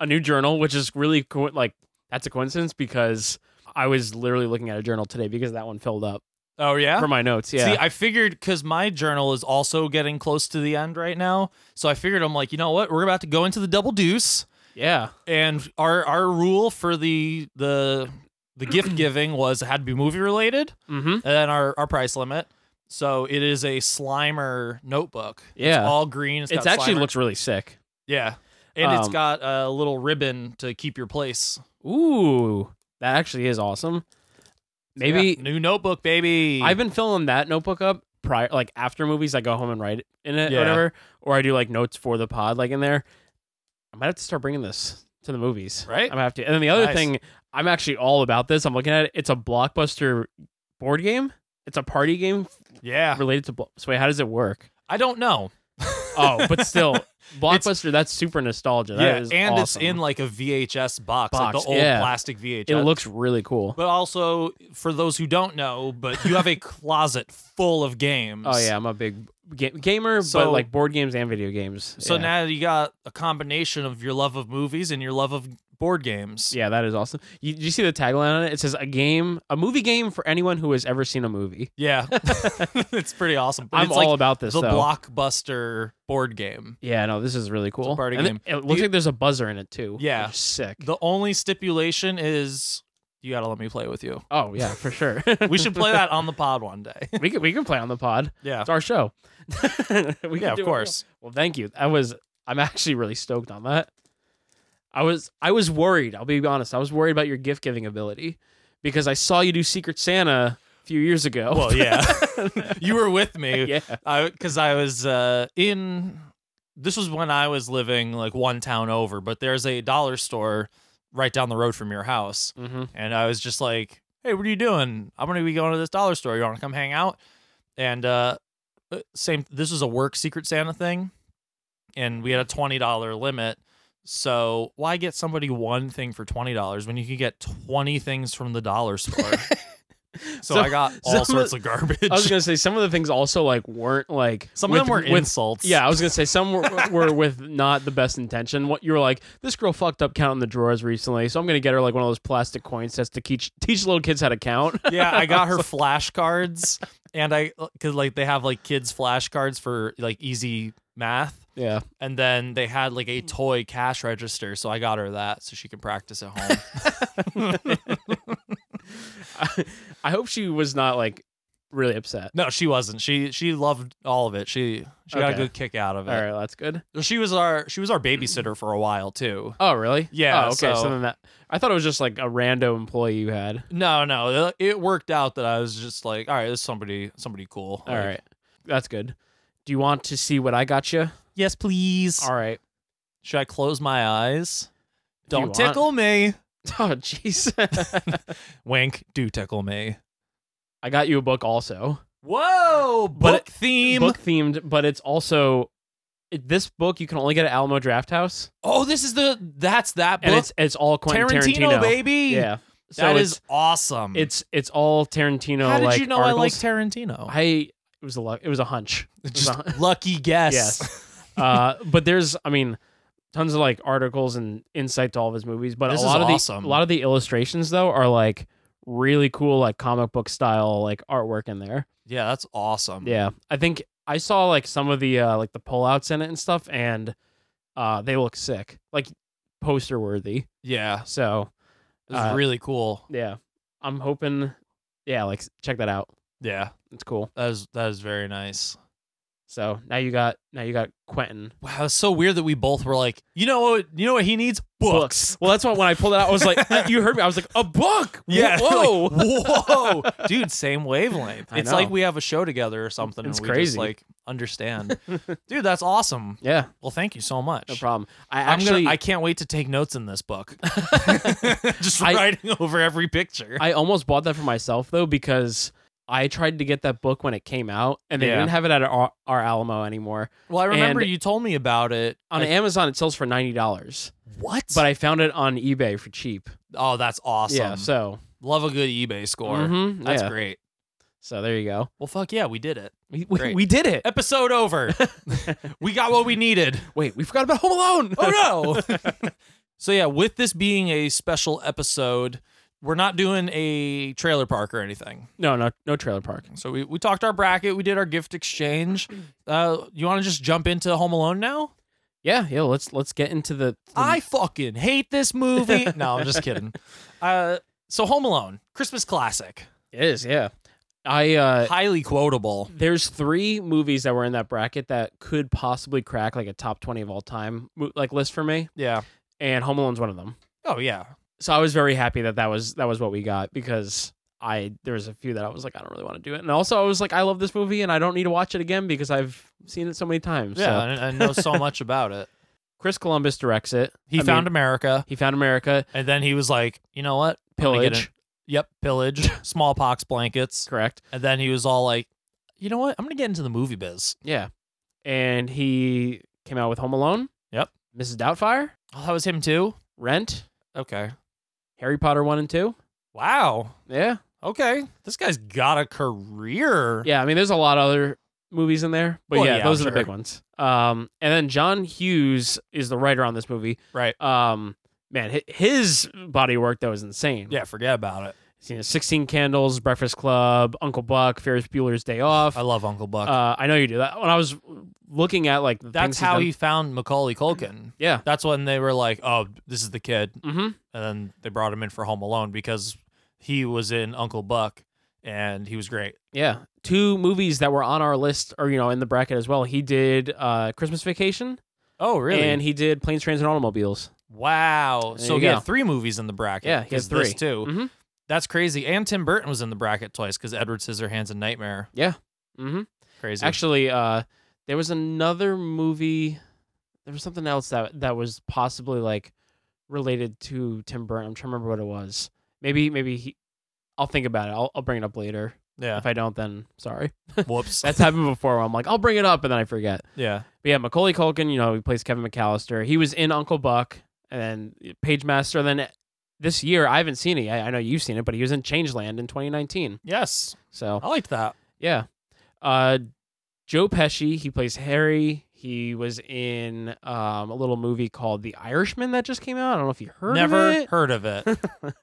F: A new journal, which is really co- like that's a coincidence because I was literally looking at a journal today because that one filled up
C: Oh yeah.
F: for my notes. Yeah.
C: See, I figured because my journal is also getting close to the end right now, so I figured I'm like, you know what, we're about to go into the double deuce,
F: yeah.
C: and our our rule for the the the
F: [CLEARS THROAT]
C: gift giving was it had to be movie related,
F: Mm-hmm.
C: and then our our price limit. So it is a Slimer notebook.
F: Yeah.
C: it's all green. It's,
F: It
C: got
F: actually
C: Slimer-
F: looks really sick.
C: yeah, and it's
F: Um,
C: got a little ribbon to keep your place.
F: Ooh, that actually is awesome. Maybe
C: Yeah, new notebook, baby.
F: I've been filling that notebook up prior, like after movies. I go home and write in it,
C: Yeah.
F: or whatever, or I do like notes for the pod, like in there. I might have to start bringing this to the movies,
C: Right?
F: I'm gonna have to. And then the other
C: Nice.
F: thing, I'm actually all about this. I'm looking at it. It's a blockbuster board game. It's a party game
C: yeah,
F: related to. Blo- so wait, how does
C: [LAUGHS]
F: it work?
C: I don't know.
F: [LAUGHS] Oh, but
C: [LAUGHS]
F: still, blockbuster. That's super nostalgia. That is
C: and
F: awesome.
C: it's in like a VHS box, like
F: Box,
C: the old
F: yeah.
C: plastic VHS.
F: It looks really cool.
C: but also for those who don't know, but you have a [LAUGHS] closet full of games.
F: Oh yeah, I'm a big ga- gamer,
C: So-
F: but like board games and video games.
C: So
F: yeah.
C: now you got a combination of your love of movies and your love of board games.
F: yeah, that is awesome. You, did you see the tagline on it? It says a game, a movie game for anyone who has ever seen a movie. [LAUGHS]
C: Yeah. [LAUGHS] it's pretty awesome. But
F: I'm
C: it's like
F: all about this,
C: The
F: though.
C: blockbuster board game.
F: Yeah, no, this is really cool.
C: party
F: And it-
C: game.
F: It, looks like there's a buzzer in it too.
C: Yeah.
F: which is sick.
C: The only stipulation is you gotta let me play with you.
F: oh yeah, for sure.
C: [LAUGHS] We should play that on the pod one day.
F: [LAUGHS]
C: [LAUGHS]
F: we can we can play on the pod.
C: Yeah.
F: It's our show. [LAUGHS] we can
C: Yeah, of
F: do it.
C: course.
F: Well, thank you. I was I'm actually really stoked on that. I was I was worried, I'll be honest. I was worried about your gift giving ability because I saw you do Secret Santa a few years ago.
C: Well,
F: [LAUGHS]
C: yeah. you were with me.
F: yeah.
C: I because I was uh, in. This was when I was living like one town over, but there's a dollar store right down the road from your house,
F: Mm-hmm.
C: and I was just like, "Hey, what are you doing? I'm gonna be going to this dollar store. You want to come hang out?" And uh, uh, same. This was a work Secret Santa thing, and we had a twenty dollar limit. So why get somebody one thing for twenty dollars when you can get twenty things from the dollar store? [LAUGHS] so,
F: So-
C: I [LAUGHS] got all
F: so-
C: sorts of garbage.
F: I was gonna say some of the things also like weren't like
C: Some
F: with-
C: of them were
F: with
C: insults.
F: Yeah, I was gonna say some were, were with not the best intention. What you were like, this girl fucked up counting the drawers recently, so I'm gonna get her like one of those plastic coin sets to teach teach little kids how
C: [LAUGHS]
F: to count.
C: yeah, I got her flashcards, and I because like they have like kids flashcards for like easy math,
F: yeah,
C: and then they had like a toy cash register, so I got her that so she can practice at home.
F: [LAUGHS]
C: [LAUGHS]
F: I hope she was not like really upset.
C: no, she wasn't. She she loved all of it. She she got a
F: Okay.
C: good kick out of it.
F: All right, that's good.
C: She was our she was our babysitter for a while too.
F: Oh, really?
C: Yeah,
F: Oh, okay. So,
C: so-
F: then that I thought it was just like a rando employee you had.
C: No, no, it worked out that I was just like, all right, this is somebody somebody cool.
F: All right, that's good. Do you want to see what I got you?
C: yes, please.
F: All right.
C: Should I close my eyes?
F: you
C: Don't
F: want.
C: tickle me.
F: [LAUGHS] Oh, jeez. [LAUGHS]
C: Wink. Do tickle me.
F: I got you a book also.
C: Whoa, book
F: But
C: theme.
F: Book themed, but it's also this book you can only get at Alamo Draft House,
C: Oh, this is the that's that book.
F: and it's it's all Quentin
C: Tarantino,
F: Tarantino,
C: baby.
F: Yeah, so
C: that
F: it's,
C: is awesome.
F: it's it's all Tarantino.
C: how did
F: like,
C: you know I like
F: articles.
C: Tarantino?
F: I it was a luck. It was a hunch. It was
C: [LAUGHS]
F: a
C: Just
F: hun-
C: lucky guess.
F: Yes.
C: [LAUGHS]
F: uh, [LAUGHS] but there's, I mean, tons of like articles and insight to all of his movies. But
C: This
F: a
C: is
F: lot of
C: awesome.
F: the a lot of the illustrations though are like really cool, like comic book style, like artwork in there.
C: Yeah, that's awesome.
F: Yeah, I think I saw like some of the uh, like the pullouts in it and stuff, and uh, they look sick, like poster worthy.
C: Yeah.
F: So
C: It's
F: Uh,
C: really cool.
F: yeah, I'm hoping. Yeah, like check that out.
C: Yeah.
F: It's cool.
C: That is that is very nice.
F: So now you got now you got Quentin
C: Wow, it's so weird that we both were like, you know what you know what he needs? Books.
F: Well, that's why when I pulled it out, I was like, "Uh, you heard me. I was like, a book.
C: [LAUGHS] Yeah.
F: Whoa. [LAUGHS]
C: like, [LAUGHS] whoa. Dude, same wavelength.
F: I
C: It's
F: know.
C: like we have a show together or something
F: It's
C: and we just
F: crazy.
C: like [LAUGHS] understand. Dude, that's awesome.
F: yeah.
C: Well, thank you so much.
F: No problem. I
C: I'm
F: actually,
C: gonna, I can't wait to take notes in this [LAUGHS] book. just
F: I-
C: writing over every picture.
F: I, almost bought that for myself though because I tried to get that book when it came out, and they
C: Yeah.
F: didn't have it at our, our Alamo anymore.
C: well, I remember
F: and-
C: you told me about it.
F: On
C: I-
F: Amazon, it sells for ninety dollars,
C: what?
F: but I found it on eBay for cheap.
C: oh, that's awesome.
F: Yeah. So,
C: Love a good eBay score.
F: Mhm,
C: That's
F: yeah.
C: great.
F: so there you go.
C: Well, fuck yeah, we did it.
F: We, we,
C: Great.
F: we did it.
C: Episode
F: [LAUGHS]
C: over. we got what we needed.
F: Wait, we forgot about Home [LAUGHS] Alone.
C: Oh no. so yeah, with this being a special episode, we're not doing a trailer park or anything.
F: no, no, no trailer park.
C: So we, we talked our bracket, we did our gift exchange. Uh you want to just jump into Home Alone now?
F: Yeah, yeah. Let's let's get into the. the
C: I fucking hate this
F: [LAUGHS]
C: movie. no, I'm just kidding. Uh so Home Alone, Christmas classic.
F: it is yeah. I uh,
C: Highly quotable.
F: there's three movies that were in that bracket that could possibly crack like a top 20 of all time mo- like list for me
C: Yeah.
F: and home alone's one of them
C: Oh yeah.
F: so i was very happy that that was that was what we got because i there was a few that i was like i don't really want to do it and also i was like i love this movie and i don't need to watch it again because i've seen it so many times
C: Yeah,
F: so.
C: I, I know so much about [LAUGHS] it.
F: chris columbus directs it
C: He
F: I
C: found
F: mean,
C: America
F: he found america
C: and then he was like, you know what? I'm gonna get
F: pillage
C: in- Yep, [LAUGHS] pillage, smallpox blankets.
F: correct
C: And then he was all like, you know what? I'm going to get into the movie biz.
F: yeah and he came out with home alone
C: Yep.
F: mrs doubtfire
C: Oh, that was him too?
F: rent
C: Okay.
F: harry potter 1 and 2
C: Wow.
F: yeah
C: Okay. This guy's got a career.
F: Yeah, I mean, there's a lot of other movies in there, but
C: Well,
F: yeah,
C: yeah,
F: those
C: I'm
F: are the big
C: sure.
F: ones. Um, and then John Hughes is the writer on this movie.
C: Right.
F: Um, man, hi- his body of work though is insane.
C: Yeah, forget about it.
F: you know, Sixteen Candles, Breakfast Club, Uncle Buck, Ferris Bueller's Day Off.
C: I love Uncle Buck.
F: uh, I know you do that. When I was looking at like the
C: That's
F: things he's
C: how
F: done-
C: he found Macaulay Culkin.
F: Yeah.
C: That's when they were like, oh, this is the kid.
F: Mm-hmm.
C: And then they brought him in for Home Alone because he was in Uncle Buck and he was great.
F: Yeah. Two movies that were on our list, or you know, in the bracket as well. He did uh, Christmas Vacation,
C: Oh, really?
F: and he did Planes, Trains, and Automobiles.
C: wow.
F: There
C: So
F: you
C: he
F: go.
C: had three movies in the bracket.
F: Yeah, he has
C: 'cause this
F: three.
C: too.
F: Mhm.
C: That's crazy. And Tim Burton was in the bracket twice because Edward Scissorhands and Nightmare.
F: Mm-hmm.
C: Crazy.
F: Actually, uh, there was another movie. There was something else that that was possibly like related to Tim Burton. I'm trying to remember what it was. Maybe maybe he. I'll think about it. I'll, I'll bring it up later.
C: yeah.
F: If I don't, then sorry.
C: Whoops.
F: That's happened before. Where I'm like, I'll bring it up, and then I forget.
C: [LAUGHS] yeah.
F: But yeah, Macaulay Culkin. You know, he plays Kevin McAllister. He was in Uncle Buck, and then Page Master. And then this year, I haven't seen it. I, I know you've seen it, but he was in Changeland in 2019.
C: Yes.
F: So
C: I liked that.
F: yeah. Uh, Joe Pesci, he plays Harry. He was in um, a little movie called The Irishman that just came out. I don't know if you heard
C: Never
F: of it.
C: heard of
F: [LAUGHS]
C: it. [LAUGHS]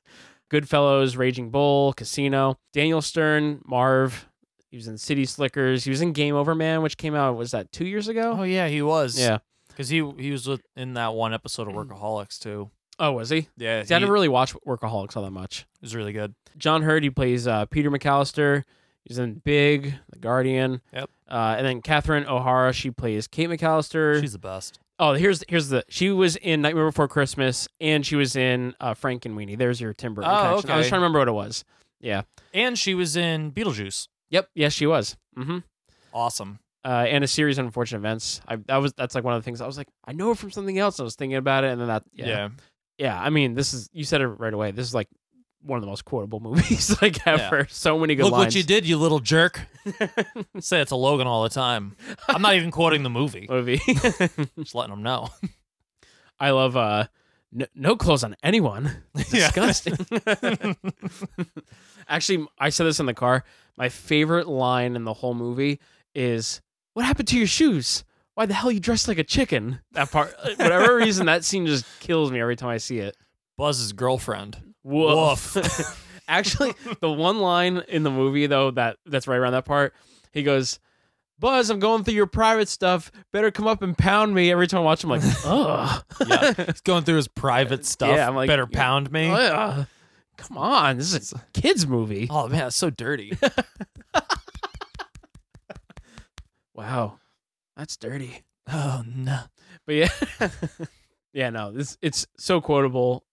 F: Goodfellas, Raging Bull, Casino. Daniel Stern, Marv. He was in City Slickers. He was in Game Over Man, which came out, was that two years ago?
C: oh yeah, he was.
F: yeah. Mm.
C: Because he he was with, in that one episode of Workaholics too.
F: Oh, was he?
C: Yeah.
F: See, I
C: he-
F: didn't really watch Workaholics all that much.
C: it was really good.
F: John Hurt, he plays uh, Peter McAllister. He's in Big, The Guardian.
C: Yep.
F: Uh, and then Catherine O'Hara, she plays Kate McAllister.
C: She's the best.
F: Oh, here's here's the she was in Nightmare Before Christmas and she was in uh, Frank and Weenie. There's your Tim Burton
C: Oh,
F: connection. I was
C: okay.
F: trying to remember what it was. Yeah.
C: And she was in Beetlejuice.
F: Yep. Yes, she was. Mm-hmm.
C: Awesome.
F: Uh, and a series of unfortunate events. I that was that's like one of the things I was like I know her from something else. I was thinking about it and then that yeah yeah. I mean this is you said it right away. This is like one of the most quotable [LAUGHS] movies like ever. So many good
C: Look
F: lines.
C: what you did, you little
F: [LAUGHS]
C: jerk. Say it to Logan all the time. I'm not even quoting the
F: [LAUGHS]
C: movie.
F: Movie.
C: Just letting him know. [LAUGHS]
F: I love uh no, no clothes on anyone. [LAUGHS] Disgusting. Actually, I said this in the car. My favorite line in the whole movie is what happened to your shoes? Why the hell you dressed like a chicken? That part uh, whatever reason that scene just kills me every time I see it.
C: Buzz's girlfriend.
F: Woof. [LAUGHS] Actually, the one line in the movie though that that's right around that part, he goes, "Buzz, I'm going through your private stuff. Better come up and pound me." Every time I watch, him, I'm like, "Ugh,
C: yeah. [LAUGHS] He's going through his private stuff.
F: Yeah, I'm like,
C: Better pound [LAUGHS] me.
F: ugh. Oh, come on, this is a kids movie."
C: Oh man, it's so [LAUGHS] dirty.
F: Wow, that's dirty.
C: oh no.
F: But yeah, [LAUGHS] yeah, no, this it's so quotable.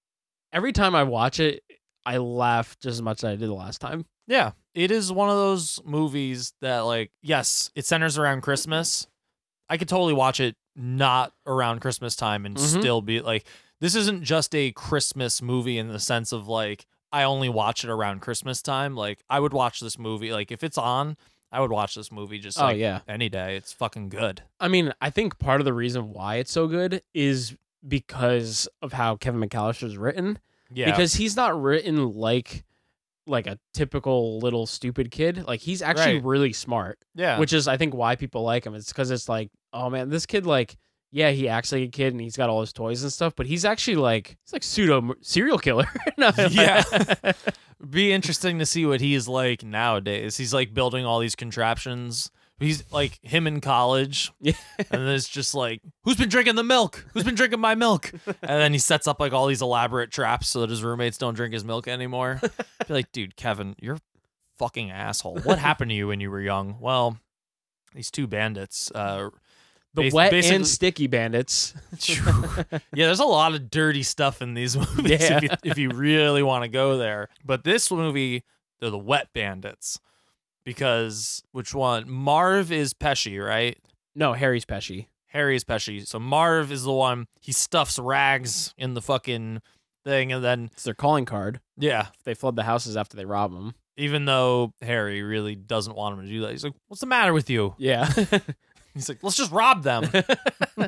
F: Every time I watch it, I laugh just as much as I did the last time.
C: Yeah. It is one of those movies that like, yes, it centers around Christmas. I could totally watch it not around Christmas time and
F: Mhm.
C: still be like this isn't just a Christmas movie in the sense of like I only watch it around Christmas time. Like I would watch this movie like if it's on, I would watch this movie just
F: Oh,
C: like
F: yeah.
C: any day. It's fucking good.
F: I mean, I think part of the reason why it's so good is because of how Kevin McAllister's written.
C: Yeah.
F: Because he's not written like like a typical little stupid kid. Like he's actually
C: Right.
F: really smart,
C: yeah.
F: which is I think why people like him. It's because it's like, oh man, this kid like yeah, he acts like a kid and he's got all his toys and stuff, but he's actually like he's like pseudo mur- serial killer. [LAUGHS] No,
C: Yeah. be interesting to see what he's like nowadays. He's like building all these contraptions. He's like him in college.
F: Yeah.
C: And then it's just like, who's been drinking the milk? Who's been drinking my milk? And then he sets up like all these elaborate traps so that his roommates don't drink his milk anymore. Be like, dude, Kevin, you're a fucking asshole. What happened to you when you were young? Well, these two bandits. Uh,
F: the
C: bas-
F: wet
C: basically-
F: and sticky bandits.
C: yeah, there's a lot of dirty stuff in these [LAUGHS] movies
F: Yeah.
C: if, you, if you really want to go there. But this movie, they're the wet bandits. Because which one? Marv is Pesci, right?
F: No, Harry's Pesci.
C: Harry is Pesci. So Marv is the one he stuffs rags in the fucking thing and then
F: It's their calling card.
C: yeah,
F: They flood the houses after they rob him.
C: even though Harry really doesn't want him to do that. He's like, "What's the matter with you?"
F: Yeah. [LAUGHS]
C: He's like, "Let's just rob them."
F: Um,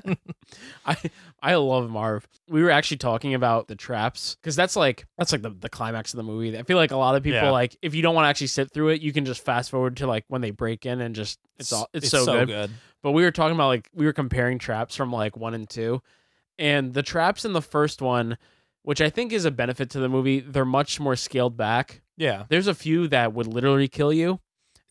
F: I I love Marv. We were actually talking about the traps because that's like that's like the, the climax of the movie. I feel like a lot of people
C: Yeah.
F: like if you don't want to actually sit through it, you can just fast forward to like when they break in and just [LAUGHS] it's all it's, so, good. But we were talking about like we were comparing traps from like one and two, and the traps in the first one, which I think is a benefit to the movie, they're much more scaled back.
C: Yeah.
F: There's a few that would literally kill you.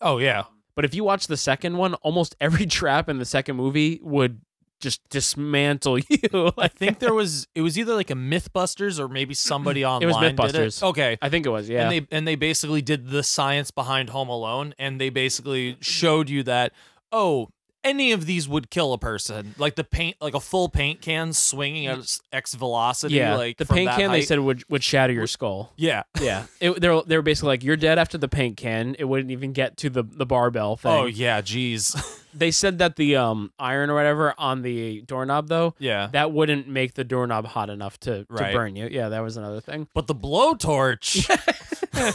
C: Oh yeah.
F: But if you watch the second one, almost every [LAUGHS] trap in the second movie would just dismantle [LAUGHS] you.
C: I
F: like,
C: think there was it was either like a MythBusters or maybe
F: [CLEARS THROAT]
C: somebody online
F: was
C: did
F: Mythbusters.
C: it. Okay.
F: [LAUGHS] I think it was, yeah.
C: And they and they basically did the science behind Home Alone and they basically showed you that oh any of these would kill a person like the paint like a full paint can swinging at s- x velocity
F: yeah,
C: like
F: the
C: from
F: paint
C: that
F: can they
C: height.
F: said would would shatter your skull.
C: yeah
F: Yeah, it, they're they're basically like you're dead after the paint can. It wouldn't even get to the the barbell
C: [LAUGHS]
F: thing.
C: oh yeah jeez
F: [LAUGHS] They said that the um iron or whatever on the doorknob though,
C: yeah
F: that wouldn't make the doorknob hot enough to,
C: Right.
F: to burn you. Yeah, that was
C: [LAUGHS]
F: another thing. [LAUGHS]
C: but the blowtorch now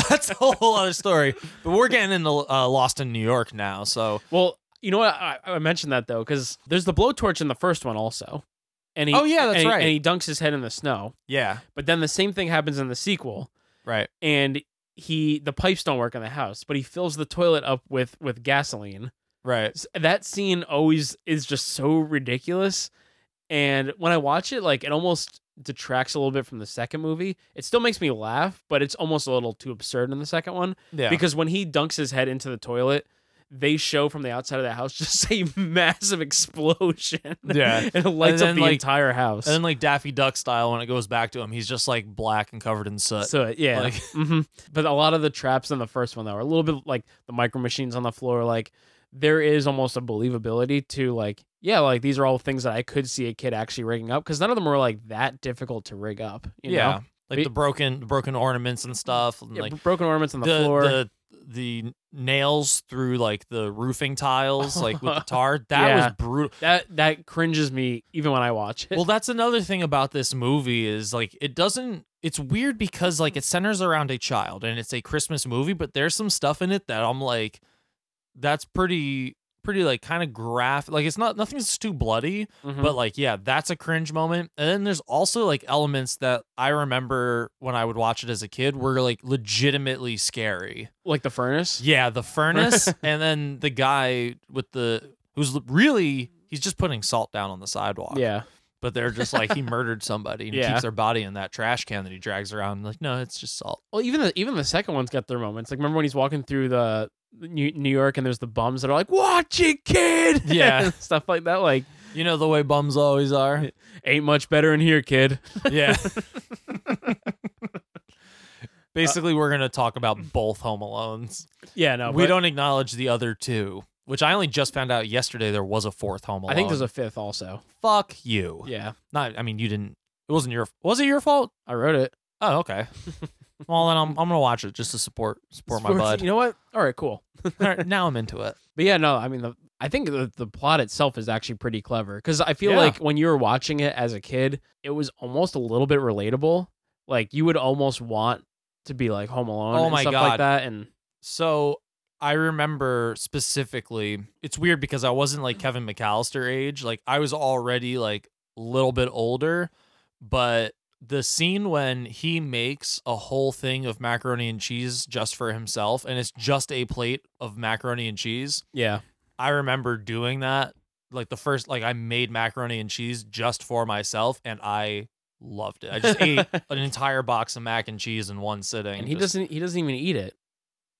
C: [LAUGHS] that's a whole other story but we're getting into uh, lost in new york now so
F: Well, you know what? I, I mentioned that though because there's the blowtorch in the first one also, and he
C: Oh, yeah, that's
F: and he-
C: right.
F: and he dunks his head in the snow.
C: yeah
F: But then the same thing happens in the sequel,
C: right
F: and he the pipes don't work in the house, but he fills the toilet up with with gasoline.
C: right
F: S- That scene always is just so ridiculous, and when I watch it, like it almost detracts a little bit from the second movie. It still makes me laugh, but it's almost a little too absurd in the second one
C: yeah
F: because when he dunks his head into the toilet. They show from the outside of the house [LAUGHS] just a massive explosion.
C: Yeah.
F: and [LAUGHS] it lights
C: then,
F: up the
C: like-
F: entire house.
C: And then like Daffy Duck style, when it goes back to him, he's just like black and covered in soot.
F: So yeah, [LAUGHS]
C: Like-
F: hmm but a lot of the traps in the first one though are a little bit like the micro machines on the floor. Like there is almost a believability to like yeah, like these are all things that I could see a kid actually rigging up because none of them were like that difficult to rig up. You
C: yeah,
F: know?
C: like the broken broken ornaments and stuff, and
F: Yeah,
C: like
F: b- broken ornaments on the,
C: the
F: floor.
C: the the nails through like the roofing tiles, like
F: [LAUGHS]
C: with the tar. That
F: Yeah.
C: was brutal.
F: that that cringes me even when I watch it.
C: Well, that's another thing about this movie is like it doesn't it's weird because like it centers around a child and it's a Christmas movie, but there's some stuff in it that I'm like, that's pretty pretty like kind of graphic. Like it's not nothing's too bloody,
F: Mhm.
C: but like yeah, that's a cringe moment. And then there's also like elements that I remember when I would watch it as a kid were like legitimately scary.
F: like the furnace.
C: Yeah, the furnace,
F: [LAUGHS]
C: and then the guy with the who's l- really he's just putting salt down on the sidewalk.
F: Yeah.
C: but they're just like he murdered somebody and he
F: Yeah.
C: keeps their body in that trash can that he drags around. Like no, it's just salt.
F: Well, even the even the second one's got their moments. Like remember when he's walking through the New, New York and there's the bums that are like, "Watch it, kid." [LAUGHS]
C: Yeah.
F: And stuff like that. Like
C: You know the way bums always are.
F: ain't much better in here, kid.
C: [LAUGHS]
F: [LAUGHS]
C: Yeah.
F: Uh
C: Basically, we're gonna talk about both Home Alones.
F: Yeah, no,
C: we don't acknowledge the other two, which I only just found out yesterday. There was a fourth Home Alone.
F: I think there's a fifth also.
C: fuck you.
F: Yeah,
C: Not. I mean, you didn't. It wasn't your. Was it your fault?
F: I wrote it.
C: Oh,
F: [LAUGHS]
C: okay. well, then I'm, I'm gonna watch it just to support support my
F: Sports-
C: bud.
F: You know what? All right, cool.
C: All right, now I'm into it.
F: But yeah, no, I mean, the, I think the, the plot itself is actually pretty clever because I feel
C: Yeah.
F: like when you were watching it as a kid, it was almost a little bit relatable. Like you would almost want to be like Home Alone
C: Oh
F: and
C: my
F: stuff like
C: God.
F: that. And
C: So I remember specifically. It's weird because I wasn't like Kevin McAllister age. Like I was already like a little bit older, but the scene when he makes a whole thing of macaroni and cheese just for himself, and it's just a plate of macaroni and cheese.
F: yeah,
C: I remember doing that. Like the first, like I made macaroni and cheese just for myself, and I loved it. I just
F: [LAUGHS]
C: ate an entire box of mac and cheese in one sitting.
F: and he
C: just- Oh,
F: doesn't he doesn't even eat it.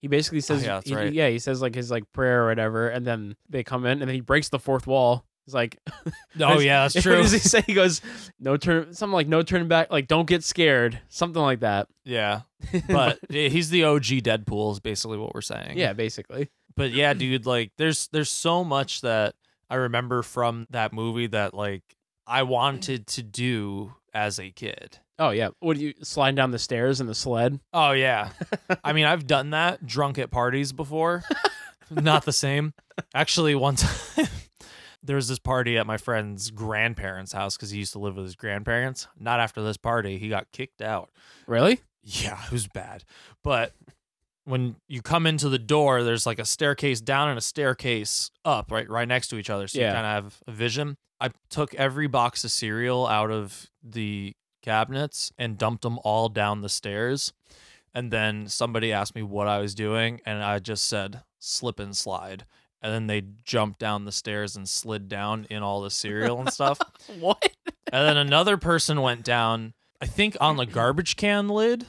F: He basically says,
C: yeah, that's
F: he,
C: right.
F: yeah, he says like his like prayer or whatever, and then they come in and then he breaks the fourth wall. He's like, [LAUGHS]
C: Oh yeah, that's
F: What
C: true.
F: does he say? He goes, no turn, something like no turn back, like don't get scared, something
C: [LAUGHS]
F: like that.
C: yeah,
F: [LAUGHS]
C: but [LAUGHS] yeah, he's the OG Deadpool. Is basically what we're saying.
F: yeah, basically.
C: but yeah, dude, like there's there's so much that I remember from that movie that like I wanted to do as a kid.
F: Oh yeah. What do you slide down the stairs in the sled?
C: Oh yeah. I mean, I've done that drunk at parties before. Not the same. Actually, one time [LAUGHS] there was this party at my friend's grandparents' house because he used to live with his grandparents. Not after this party, he got kicked out.
F: Really?
C: Yeah, it was bad. But when you come into the door, there's like a staircase down and a staircase up, right, right next to each other. So you
F: Yeah.
C: kind of have a vision. I took every box of cereal out of the cabinets and dumped them all down the stairs. And then somebody asked me what I was doing, and I just said slip and slide. And then they jumped down the stairs and slid down in all the cereal and stuff.
F: What?
C: And then another person went down, I think on the garbage can lid,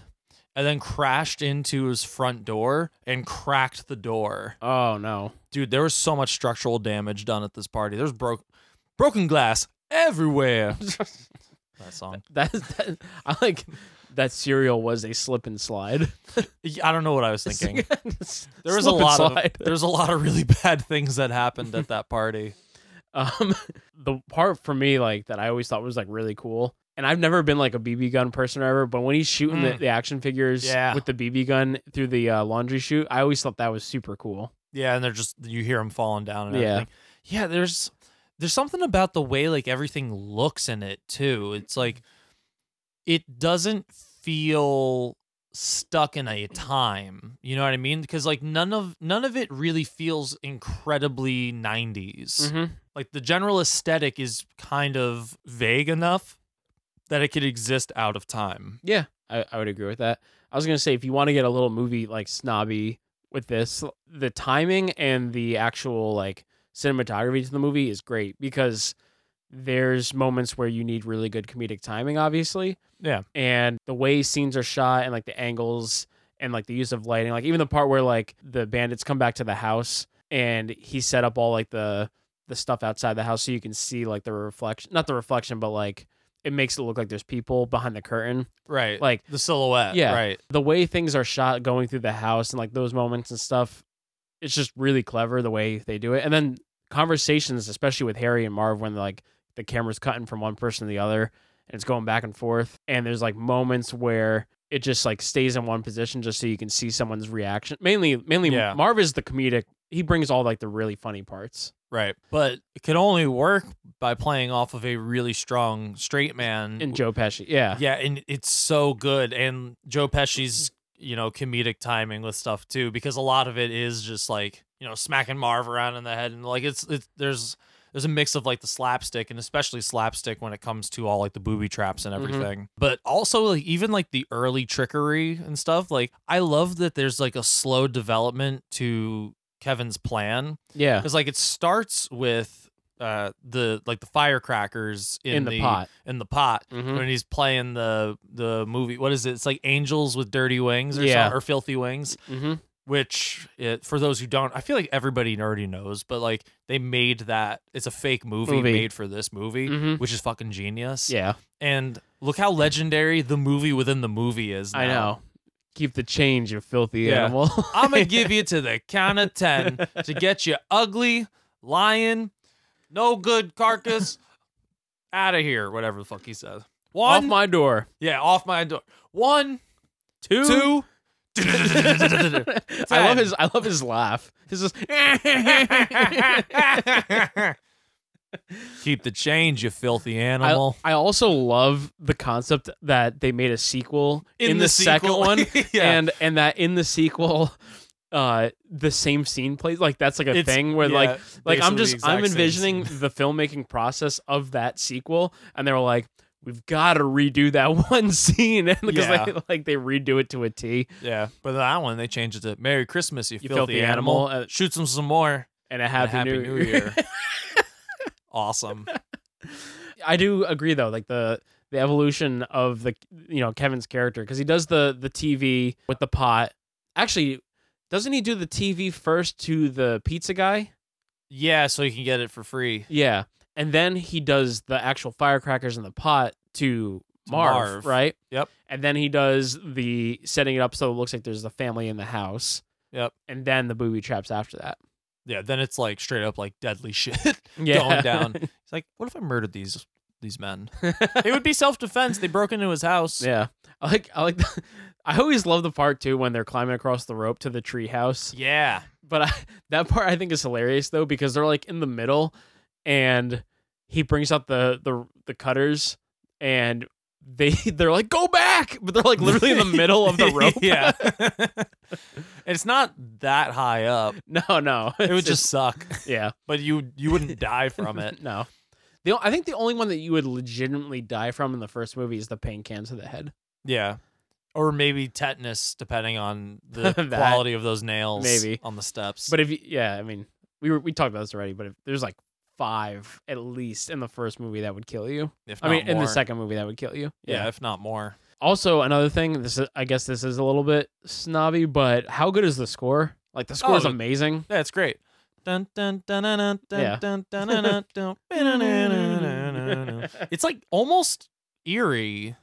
C: and then crashed into his front door and cracked the door.
F: Oh no. [LAUGHS]
C: Dude, there was so much structural damage done at this party. There's broke broken glass everywhere. that song.
F: That's that, I like that cereal was a slip and slide.
C: Yeah, I don't know what I was [LAUGHS]
F: [LAUGHS]
C: thinking. There was a
F: Slip and
C: lot
F: slide.
C: of there's a lot of really [LAUGHS] bad things that happened at that party.
F: um [LAUGHS] the part for me like that I always thought was like really cool. And I've never been like a BB gun person or ever, but when he's shooting the,
C: Mm.
F: the action figures
C: Yeah.
F: with the BB gun through the uh, laundry chute, I always thought that was super cool.
C: Yeah, and they're just you hear them falling down and
F: Yeah.
C: everything. Yeah, there's there's something about the way like everything looks in it too. It's like it doesn't feel stuck in a time. You know what I mean? Because like none of none of it really feels incredibly 90s.
F: Mm-hmm.
C: Like the general aesthetic is kind of vague enough that it could exist out of time.
F: Yeah, I, I would agree with that. I was gonna say if you want to get a little movie like snobby with this, the timing and the actual like cinematography to the movie is great because there's moments where you need really good comedic timing, obviously.
C: Yeah.
F: And the way scenes are shot and like the angles and like the use of lighting, like even the part where like the bandits come back to the house and he set up all like the the stuff outside the house so you can see like the reflection not the reflection, but like it makes it look like there's people behind the curtain
C: Right. Like
F: like
C: the silhouette.
F: Yeah.
C: Right.
F: the way things are shot going through the house and like those moments and stuff it's just really clever the way they do it and then conversations especially with harry and marv when like the camera's cutting from one person to the other and it's going back and forth and there's like moments where it just like stays in one position just so you can see someone's reaction mainly mainly
C: Yeah.
F: marv is the comedic he brings all like the really funny parts
C: Right. But it can only work by playing off of a really strong straight man.
F: in Joe Pesci. Yeah.
C: Mm-hmm. yeah, and it's so good. And Joe Pesci's, you know, comedic timing with stuff too, because a lot of it is just like, you know, smacking Marv around in the head and like it's it's there's there's a mix of like the slapstick and especially slapstick when it comes to all like the booby traps and everything. But also like even like the early trickery and stuff, like I love that there's like a slow development to Kevin's plan
F: Yeah.
C: because like it starts with uh the like the firecrackers in,
F: In the pot.
C: in the pot
F: Mhm.
C: when he's playing the the movie what is it it's like angels with dirty wings or
F: Yeah.
C: something, or filthy wings
F: Mm-hmm.
C: which it, for those who don't i feel like everybody already knows but like they made that it's a fake movie,
F: Movie.
C: made for this movie
F: Mhm.
C: which is fucking genius
F: Yeah.
C: and look how legendary the movie within the movie is
F: I
C: now.
F: know. Keep the change, you filthy
C: Yeah.
F: animal.
C: I'm [LAUGHS] gonna
F: [LAUGHS]
C: give you to the count of ten to get you ugly lion, no good [LAUGHS] carcass, out of here. Whatever the fuck he says.
F: off
C: One,
F: my door.
C: yeah, off my door. One, two. [LAUGHS]
F: I love his. I love his laugh. This is. I,
C: Keep the change, you filthy animal.
F: I also love the concept that they made a sequel
C: In the
F: second
C: sequel.
F: one,
C: [LAUGHS] Yeah.
F: and and that in the sequel, uh, the same scene plays. Like that's like a
C: It's-
F: thing where
C: yeah,
F: like like
C: basically
F: I'm
C: the
F: just
C: exact
F: I'm
C: same
F: envisioning the filmmaking process of that sequel, and they were like. We've got to redo that [LAUGHS] one scene because
C: Yeah.
F: they, like they redo it to a T,
C: yeah, but that one they changed it to "Merry Christmas, you,
F: You
C: filthy,
F: filthy
C: animal."
F: animal. Uh,
C: Shoots him some more.
F: and a
C: and
F: happy,
C: Happy New [LAUGHS] Year. awesome.
F: I do agree though, like the the evolution of the you know Kevin's character because he does the the TV with the pot. Actually, doesn't he do the TV first to the pizza guy?
C: Yeah, so you can get it for free.
F: Yeah, and then he does the actual firecrackers in the pot to,
C: To
F: Marv,
C: Marv.
F: right?
C: Yep.
F: And then he does the setting it up so it looks like there's the family in the house.
C: Yep.
F: And then the booby traps after that.
C: Yeah, then it's like straight up like deadly [LAUGHS] shit.
F: Yeah.
C: going down. He's like, what if I murdered these these men? it would be self defense. They broke into his house.
F: [LAUGHS] Yeah. I like. I like. The, [LAUGHS] I always love the part too when they're climbing across the rope to the treehouse.
C: Yeah.
F: but I, [LAUGHS] that part I think is hilarious though because they're like in the middle, and he brings out the the the cutters, and they [LAUGHS] they're like go back, but they're like literally in the middle of the rope.
C: [LAUGHS]
F: [LAUGHS]
C: yeah. it's not that high up.
F: No, no,
C: It would just suck.
F: yeah.
C: But you you wouldn't die from it.
F: [LAUGHS] No, the o- I think the only one that you would legitimately die from in the first movie is the paint can to the head.
C: Yeah. Or maybe tetanus, depending on the
F: That.
C: quality of those nails
F: Maybe.
C: on the steps.
F: But if you, yeah, I mean we were, we talked about this already, but if there's like five at least in the first movie that would kill you.
C: if
F: I mean,
C: not
F: in the
C: more.
F: second movie that would kill you.
C: Yeah, if not more.
F: Also, another thing, this is, I guess this is a little bit snobby, but how good is the score? Like the score is
C: Oh. [LAUGHS]
F: amazing.
C: Yeah, it's great. Dun, dun, dun, dun, dun, dun,
F: Yeah.
C: dun, dun, dun, dun, dun, dun, dun, dun, dun, dun. It's like almost eerie.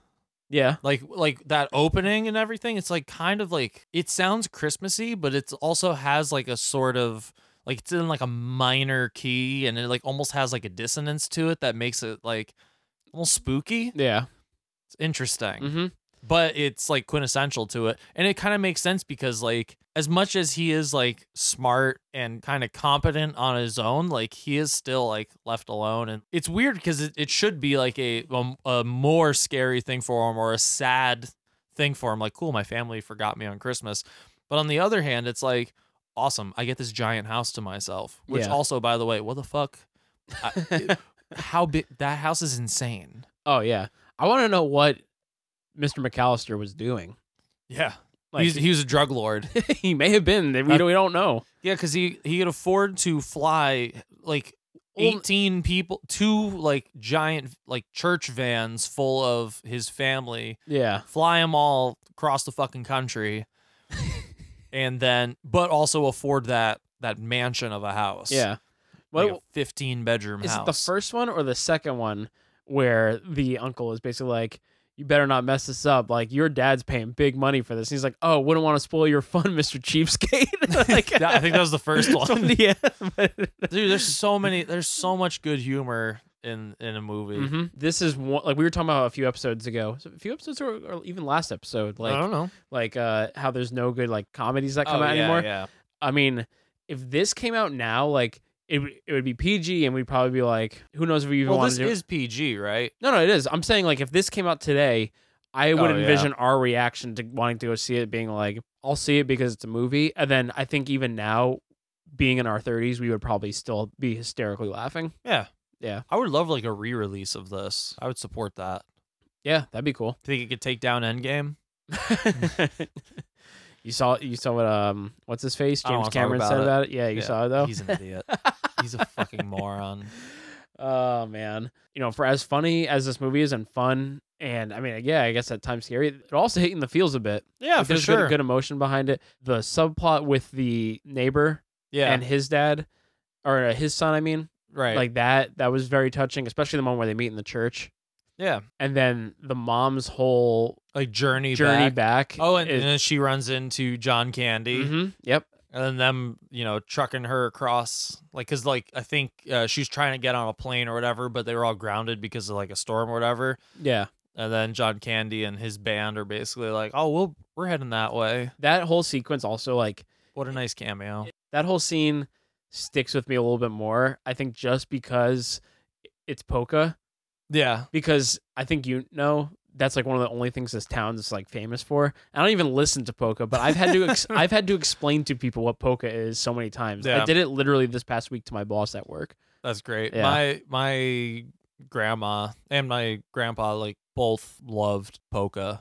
F: Yeah.
C: like like that opening and everything it's like kind of like it sounds christmassy but it also has like a sort of like it's in like a minor key and it like almost has like a dissonance to it that makes it like almost spooky
F: Yeah.
C: it's interesting
F: Mm-hmm.
C: but it's like quintessential to it and it kind of makes sense because like as much as he is like smart and kind of competent on his own like he is still like left alone and it's weird because it, it should be like a, a a more scary thing for him or a sad thing for him like cool my family forgot me on christmas but on the other hand it's like awesome i get this giant house to myself which
F: Yeah.
C: also by the way what the fuck
F: [LAUGHS]
C: I, how big that house is insane
F: Oh yeah. I want to know what Mr. McAllister was doing.
C: yeah
F: Like
C: he's, he Uh, was a drug lord
F: [LAUGHS] he may have been. We, don't- we don't know.
C: Yeah, because he he could afford to fly like
F: Well-
C: eighteen people, two like giant like church vans full of his family,
F: Yeah.
C: fly them all across the fucking
F: [LAUGHS]
C: country, and then but also afford that that mansion of a house.
F: Yeah.
C: like
F: What
C: fifteen bedroom
F: is
C: house?
F: it? The first one or the second one where the uncle is basically like. You better not mess this up. Like your dad's paying big money for this. And he's like, "Oh, wouldn't want to spoil your fun, [LAUGHS] Mister Cheapskate."
C: [LAUGHS]
F: like,
C: That- I think that was
F: [LAUGHS]
C: the [LAUGHS] first one.
F: so- yeah, but-
C: Dude, there's so
F: [LAUGHS]
C: many. There's so much good humor in in a movie.
F: Mm-hmm. This is one like we were talking about a few episodes ago, so a few episodes or, or even last episode,
C: I don't
F: like
C: know.
F: like uh how there's no good like comedies that come
C: Oh,
F: out
C: yeah,
F: anymore.
C: Yeah.
F: I mean, if this came out now, like it would- it would be PG, and we'd probably be like, who knows if we even
C: Well,
F: want
C: this
F: to do
C: is PG, right?
F: No, no, it is. I'm saying like if this came out today, I would
C: Oh, yeah.
F: envision our reaction to wanting to go see it being like, I'll see it because it's a movie. And then I think even now, being in our 30s, we would probably still be hysterically laughing.
C: Yeah.
F: Yeah.
C: I would love like a re-release of this. I would support that.
F: Yeah, that'd be cool.
C: Think it could take down Endgame?
F: [LAUGHS] you saw you saw what um what's his face
C: I don't
F: James
C: wanna talk
F: Cameron
C: about
F: said
C: it.
F: about it. Yeah, you
C: Yeah,
F: saw it though.
C: He's an
F: [LAUGHS]
C: idiot. He's a fucking moron.
F: Oh man, you know, for as funny as this movie is and fun, and I mean, yeah, I guess at times scary, it also hit in the feels a bit.
C: Yeah,
F: Like,
C: for
F: there's
C: sure.
F: Good, good emotion behind it. The subplot with the neighbor
C: Yeah.
F: and his dad, or uh, his son, I mean,
C: right.
F: like that. That was very touching, especially the moment where they meet in the church,
C: yeah.
F: and then the mom's whole
C: Like Journey
F: journey
C: back.
F: back.
C: Oh, and,
F: is-
C: and then she runs into John Candy,
F: Mhm, yep,
C: and then them, you know, trucking her across, like, cause like I think uh, she's trying to get on a plane or whatever, but they were all grounded because of like a storm or whatever.
F: yeah.
C: And then John Candy and his band are basically like, "Oh, we'll we're heading that way."
F: That whole sequence also like
C: What a nice cameo.
F: that whole scene sticks with me a little bit more. I think just because it's polka,
C: Yeah,
F: because I think you know that's like one of the only things this town is like famous for. I don't even listen to polka, but I've had to ex- I've had to explain to people what polka is so many times. I
C: Yeah.
F: did it literally this past week to my boss at work.
C: that's great.
F: Yeah.
C: My my grandma and my grandpa like both loved polka.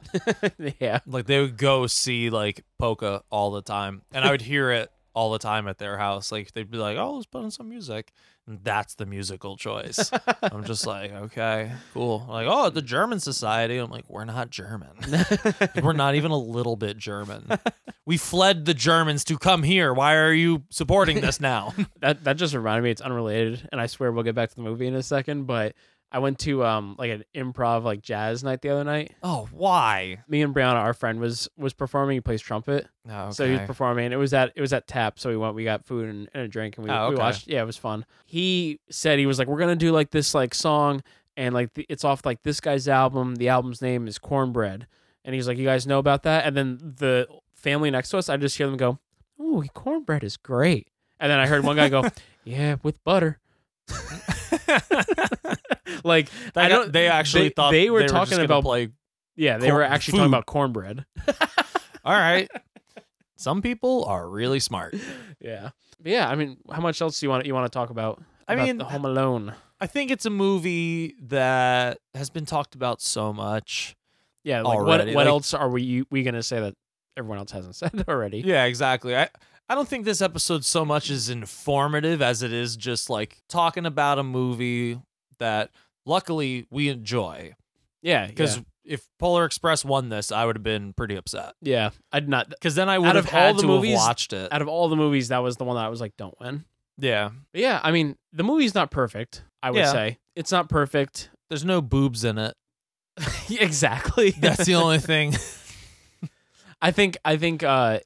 F: yeah,
C: Like they would go see like polka all the time, and I would hear it all the time at their house. Like they'd be like, "Oh, let's put on some music," and that's the musical choice. I'm just like, okay, cool. Like, oh, the German Society. I'm like, we're not German. [LAUGHS] we're not even a little bit German. We fled the Germans to come here. Why are you supporting this
F: [LAUGHS]
C: now?
F: that that just reminded me. It's unrelated, and I swear we'll get back to the movie in a second. But I went to um like an improv like jazz night the other night.
C: oh, why?
F: Me and Brianna, our friend, was was performing. He plays trumpet.
C: No,
F: So he was performing. It was at it was at Tap. So we went. We got food and, and a drink, and we,
C: Oh,
F: we
C: okay.
F: watched. Yeah, it was fun. He said he was like, "We're gonna do like this like song, and like the, it's off like this guy's album. The album's name is Cornbread." And he's like, "You guys know about that?" And then the family next to us, I just hear them go, "Ooh, cornbread is great." And then I heard one
C: [LAUGHS]
F: guy go, "Yeah, with butter." [LAUGHS] like I
C: I
F: don't.
C: they actually
F: they-
C: thought
F: they were
C: just
F: talking
C: gonna
F: about-
C: play.
F: yeah, they
C: corn-
F: were actually
C: food.
F: talking about cornbread.
C: All right. [LAUGHS] Some people are really smart.
F: Yeah, but yeah. I mean, how much else do you want you want to talk about?
C: I
F: about
C: mean,
F: the Home Alone.
C: I think it's a movie that has been talked about so much.
F: Yeah, like
C: already,
F: what what
C: like-
F: else are we we gonna say that everyone else hasn't [LAUGHS] said already?
C: Yeah, exactly. I I don't think this episode so much is informative as it is just like talking about a movie that luckily we enjoy.
F: yeah,
C: Because
F: yeah.
C: if Polar Express won this, I would have been pretty upset.
F: yeah, I'd not
C: Because then I would
F: of
C: have had
F: all the
C: to
F: movies-
C: have watched it.
F: out of all the movies that was the one that I was like don't win.
C: Yeah,
F: But yeah, I mean the movie's not perfect. I would
C: Yeah.
F: say it's not perfect.
C: there's no boobs in it.
F: [LAUGHS] exactly.
C: That's [LAUGHS] the only thing.
F: I think I think uh,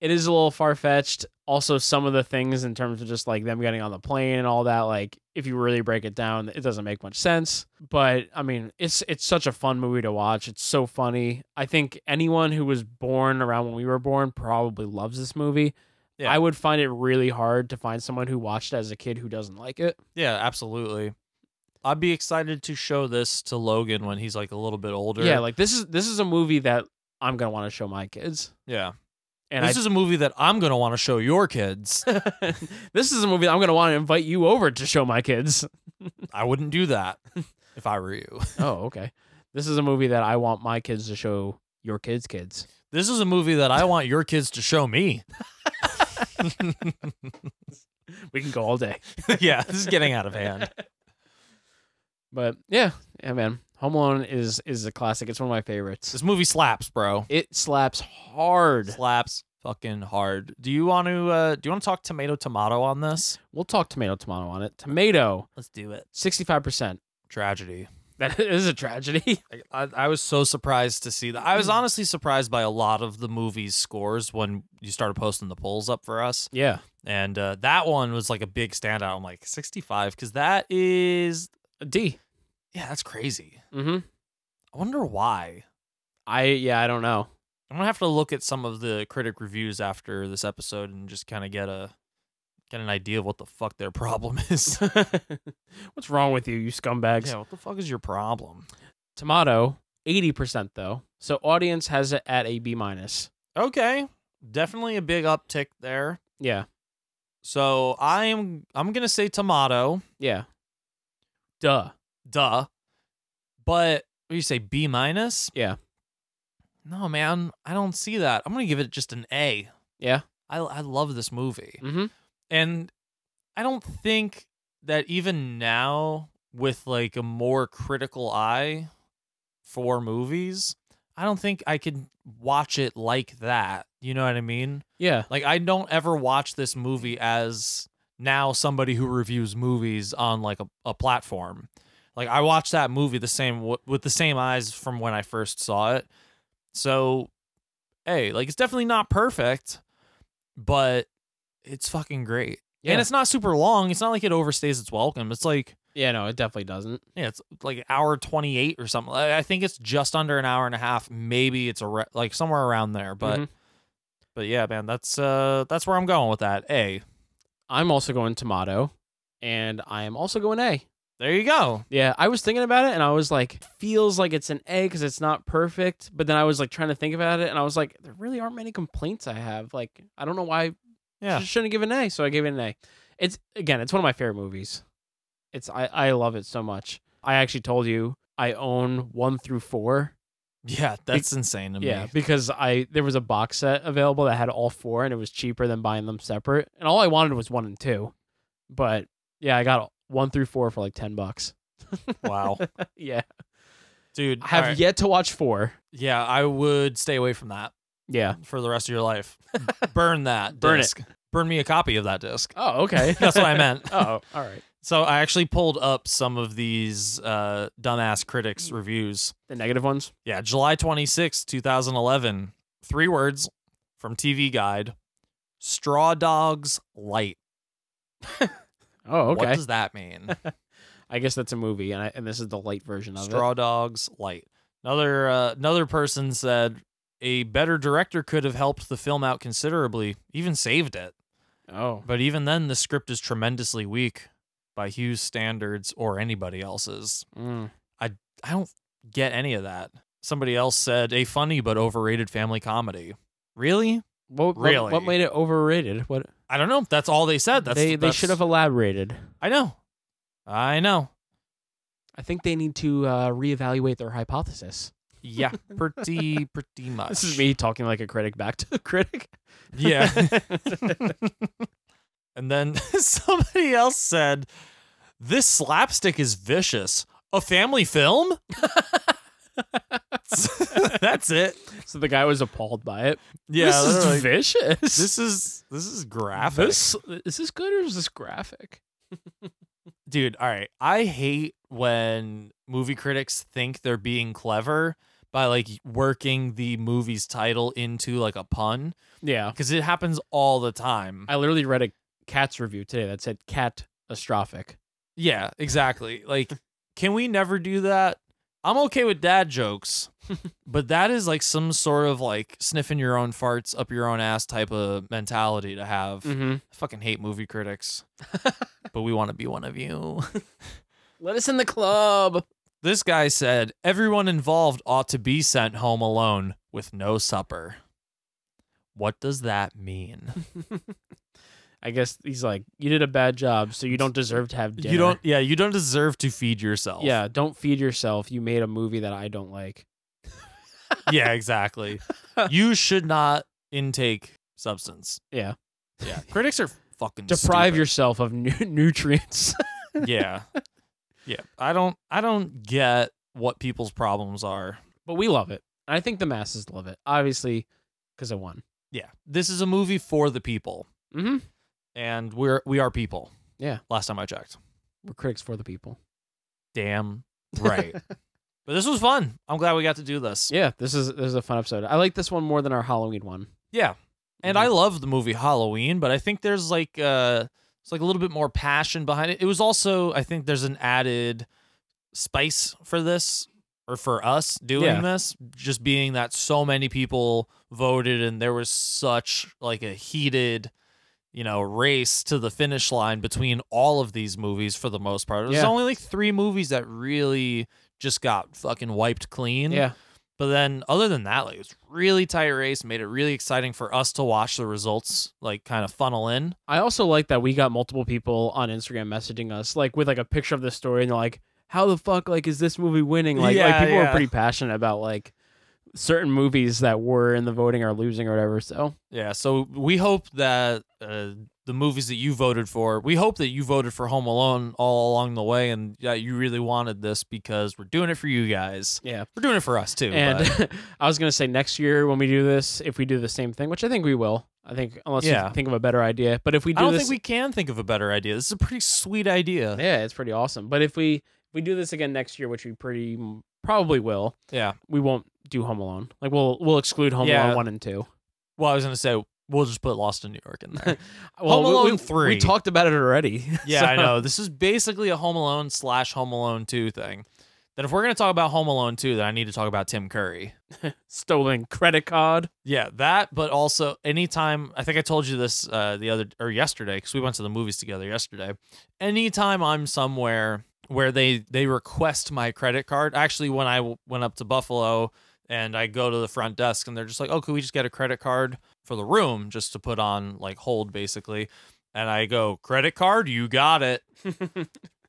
F: it is a little far fetched. Also, some of the things in terms of just like them getting on the plane and all that, like if you really break it down, it doesn't make much sense. But I mean, it's it's such a fun movie to watch. It's so funny. I think anyone who was born around when we were born probably loves this movie.
C: Yeah.
F: I would find it really hard to find someone who watched it as a kid who doesn't like it.
C: Yeah, absolutely. I'd be excited to show this to Logan when he's like a little bit older.
F: Yeah, like this is this is a movie that I'm gonna want to show my kids.
C: yeah.
F: And
C: this
F: I,
C: is [LAUGHS] a movie that I'm gonna want to show your kids.
F: [LAUGHS]
C: [LAUGHS]
F: this is a movie that I'm gonna want to invite you over to show my kids.
C: I wouldn't do that [LAUGHS] if I were you. [LAUGHS]
F: Oh, okay. This is a movie that I want my kids to show your kids' kids.
C: This is a movie that I want your kids to show me. [LAUGHS]
F: We can go all day.
C: yeah, this is getting out of
F: [LAUGHS]
C: hand.
F: But yeah, yeah, man. Home Alone is is a classic. It's one of my favorites.
C: This movie slaps, bro.
F: It slaps hard.
C: Slaps fucking hard. Do you want to uh do you want to talk tomato tomato on this?
F: We'll talk tomato tomato on it. Tomato,
C: Let's do it.
F: sixty five percent. [LAUGHS]
C: Tragedy.
F: That is
C: [LAUGHS]
F: a tragedy.
C: I, I was so surprised to see that. I
F: Hmm.
C: was honestly surprised by a lot of the movie's scores when you started posting the polls up for us.
F: Yeah,
C: And uh, that one was like a big standout. I'm like 65 because that is
F: a D.
C: yeah, that's crazy.
F: Mm-hmm.
C: I wonder why.
F: I yeah, I don't know. [LAUGHS]
C: I'm gonna have to look at some of the critic reviews after this episode and just kind of get a get an idea of what the fuck their [LAUGHS] problem is.
F: What's wrong with you, you scumbags?
C: yeah, what the fuck is your problem?
F: Tomato, 80% though. So audience has it at a B minus.
C: Okay, definitely a big uptick there.
F: Yeah.
C: So I am I'm gonna say tomato,
F: Yeah. Duh.
C: duh. But what do you say B minus?
F: Yeah.
C: No man, I don't see that. I'm gonna give it just an A.
F: Yeah.
C: I I love this movie.
F: Mm-hmm.
C: and I don't think that even now with like a more critical eye for movies, I don't think I could watch it like that. You know what I mean?
F: Yeah.
C: Like I don't ever watch this movie as now somebody who reviews movies on like a, a platform. Like I watched that movie the same w- with the same eyes from when I first saw it. So hey, like it's definitely not perfect, but it's fucking great.
F: Yeah.
C: And it's not super long. It's not like it overstays its welcome. It's like
F: Yeah, no, it definitely doesn't.
C: yeah, it's like hour 28 or something. I I think it's just under an hour and a half. Maybe it's a re- like somewhere around there, but
F: Mhm.
C: but yeah, man, that's uh that's where I'm going with that. A.
F: I'm also going tomato, and I am also going A.
C: There you go.
F: Yeah, I was thinking about it, and I was like, feels like it's an A because it's not perfect. But then I was like trying to think about it, and I was like, there really aren't many complaints I have. Like, I don't know why I
C: Yeah.
F: sh- shouldn't give it an A, so I gave it an A. It's again, it's one of my favorite movies. It's I I love it so much. I actually told you I own one through four.
C: [LAUGHS] Yeah, that's insane to
F: Yeah,
C: me.
F: because I there was a box set available that had all four, and it was cheaper than buying them separate. And all I wanted was one and two, but yeah, I got one through four for like ten bucks.
C: [LAUGHS]
F: [LAUGHS]
C: Wow.
F: Yeah,
C: Dude,
F: I have
C: alright.
F: yet to watch four.
C: Yeah, I would stay away from that
F: Yeah.
C: for the rest of your life. [LAUGHS] Burn that
F: Burn it.
C: disc. Burn me a copy of that disc.
F: Oh, [LAUGHS] okay.
C: That's what I meant.
F: [LAUGHS] oh, all right.
C: So I actually pulled up some of these uh, dumbass critics reviews.
F: The negative ones.
C: Yeah, July twenty sixth, 2011. Three words from TV Guide. Straw Dogs Light.
F: Oh, okay.
C: What does that mean?
F: I guess that's a movie, and I, and this is the light version of
C: Straw Dogs Light. Another uh, another person said a better director could have helped the film out considerably, even saved it.
F: it. Oh,
C: But even then, the script is tremendously weak by Hughes' standards or anybody else's.
F: Mm.
C: I don't get any of that. Somebody else said a funny but overrated family comedy. Really?
F: What, what-
C: Really?
F: What, made it overrated? What
C: I don't know. That's all they said. That's
F: they they
C: that's-
F: should have elaborated.
C: I know. I know.
F: I think they need to uh, reevaluate their hypothesis.
C: Yeah, pretty pretty much.
F: [LAUGHS] This is me talking like a critic back to the [LAUGHS] critic.
C: Yeah.
F: [LAUGHS]
C: and then [LAUGHS] somebody else said, This slapstick is vicious. A family film? [LAUGHS] That's it.
F: So the guy was appalled by it.
C: Yeah.
F: this is
C: they're like,
F: vicious.
C: this is this is graphic.
F: this is this good or is this graphic?
C: Dude, all right. I hate when movie critics think they're being clever by like working the movie's title into like a pun
F: Yeah,
C: because it happens all the time.
F: I literally read a cat's review today that said catastrophic.
C: Yeah, exactly.
F: [LAUGHS]
C: Like, can we never do that? I'm okay with dad
F: [LAUGHS]
C: jokes, but that is like some sort of like sniffing your own farts up your own ass type of mentality to have.
F: Mm-hmm.
C: I fucking hate movie
F: [LAUGHS]
C: critics, but we want to be one of you. [LAUGHS]
F: Let us in the club.
C: This guy said everyone involved ought to be sent home alone with no supper. What does that mean?
F: [LAUGHS] I guess he's like, you did a bad job, so you don't deserve to have dinner.
C: You don't, yeah, you don't deserve to feed yourself.
F: Yeah, don't feed yourself. You made a movie that I don't like.
C: [LAUGHS] yeah,
F: [LAUGHS]
C: exactly. you should not intake substance.
F: Yeah.
C: Yeah. Critics are fucking
F: Deprive
C: stupid.
F: yourself of nu- [LAUGHS] nutrients.
C: Yeah. Yeah. I don't I don't get what people's problems are.
F: but we love it. I think the masses love it, obviously, because I won.
C: Yeah. This is a movie for the people.
F: Mm-hmm.
C: And we're we are people.
F: Yeah.
C: Last time I checked.
F: We're critics for the people. [LAUGHS]
C: Damn right. but this was fun. I'm glad we got to do this.
F: Yeah, this is this is a fun episode. I like this one more than our Halloween one.
C: Yeah. And
F: Mhm.
C: I love the movie Halloween, but I think there's like uh it's like a little bit more passion behind it. It was also I think there's an added spice for this or for us doing
F: Yeah.
C: this just being that so many people voted and there was such like a heated you know, race to the finish line between all of these movies for the most part. There's
F: Yeah.
C: only like three movies that really just got fucking wiped clean.
F: Yeah.
C: But then, other than that, like it's really tight race, made it really exciting for us to watch the results, like kind of funnel in.
F: I also like that we got multiple people on Instagram messaging us, like with like a picture of the story, and they're like, "How the fuck like is this movie winning?" Like, like
C: Yeah,
F: people
C: yeah.
F: are pretty passionate about like certain movies that were in the voting or losing or whatever. So
C: Yeah. So we hope that uh, the movies that you voted for, we hope that you voted for Home Alone all along the way, and that you really wanted this because we're doing it for you guys.
F: yeah,
C: We're doing it for us too.
F: [LAUGHS]
C: but-
F: and I was gonna say next year when we do this, if we do the same thing, which I think we will, I think unless
C: Yeah.
F: you think of a better idea, but if we do
C: I don't
F: this,
C: think we can think of a better idea. This is a pretty sweet idea.
F: yeah, it's pretty awesome. But if we if we do this again next year, which we pretty probably will,
C: Yeah.
F: we won't do Home Alone. Like we'll we'll exclude Home
C: Yeah.
F: Alone one and two.
C: Well, I was gonna say we'll just put Lost in New York in
F: [LAUGHS]
C: there.
F: Well,
C: Home
F: we- we-
C: Alone
F: we,
C: 3.
F: talked about it already. [LAUGHS]
C: yeah,
F: So-
C: I know. This is basically a Home Alone slash Home Alone two thing. Then if we're gonna talk about Home Alone two, then I need to talk about Tim Curry.
F: Stolen credit card.
C: Yeah, that, but also anytime I think I told you this uh, the other or yesterday because we went to the movies together yesterday. Anytime I'm somewhere where they they request my credit card, actually when I w- went up to Buffalo and I go to the front desk and they're just like, "Oh, could we just get a credit card for the room just to put on like hold basically?" And I go, "Credit card, you got it."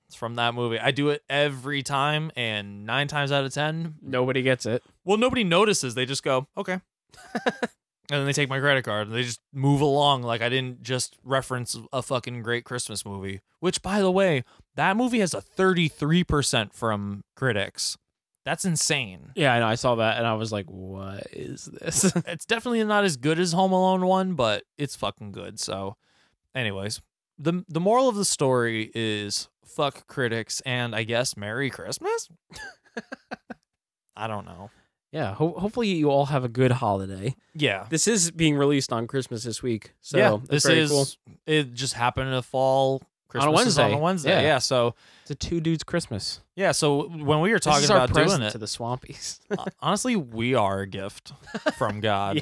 C: it's from that movie. I do it every time, and nine times out of ten,
F: Nobody gets it.
C: well, nobody notices. They just go, okay. [LAUGHS] and then they take my credit card and they just move along like I didn't just reference a fucking great Christmas movie. Which, by the way, that movie has a 33% from critics. That's
F: [LAUGHS]
C: insane.
F: Yeah, I know. I saw that and I was like, what is this? [LAUGHS]
C: it's definitely not as good as Home Alone 1, but it's fucking good. So, anyways, the, the moral of the story is fuck critics and I guess Merry Christmas? [LAUGHS] I don't know.
F: yeah, ho- hopefully you all have a good holiday.
C: Yeah.
F: This is being released on Christmas this week. So that's
C: this
F: very
C: is
F: cool.
C: it. Just happened to fall Christmas is
F: Wednesday.
C: on a Wednesday.
F: Yeah.
C: Yeah. So
F: It's a two dudes Christmas.
C: yeah. So when we were
F: This
C: talking
F: is our
C: about doing
F: present
C: it,
F: to the [LAUGHS] Swampies.
C: honestly, we are a gift
F: [LAUGHS]
C: from God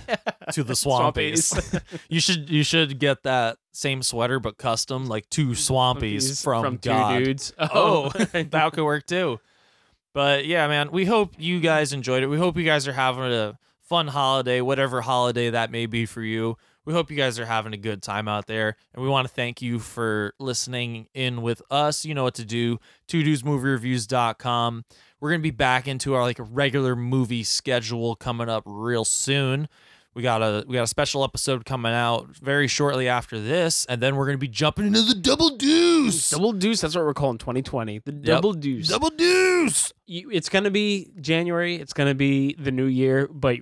C: to the Swampies. [LAUGHS]
F: Swampies.
C: you should you should get that same sweater but custom, like two Swampies, from, God.
F: two dudes. [LAUGHS]
C: Oh, [LAUGHS] that could work too. But yeah, man, we hope you guys enjoyed it. We hope you guys are having a fun holiday, whatever holiday that may be for you. We hope you guys are having a good time out there. And we want to thank you for listening in with us. You know what to do. Two dudesmoviereviews.com. We're going to be back into our like regular movie schedule coming up real soon. We got a we got a special episode coming out very shortly after this, and then we're going to be jumping into the double deuce.
F: Double Deuce, that's what we're calling 2020. The Double Deuce.
C: Double deuce.
F: you, it's going to be January. It's going to be the new year, but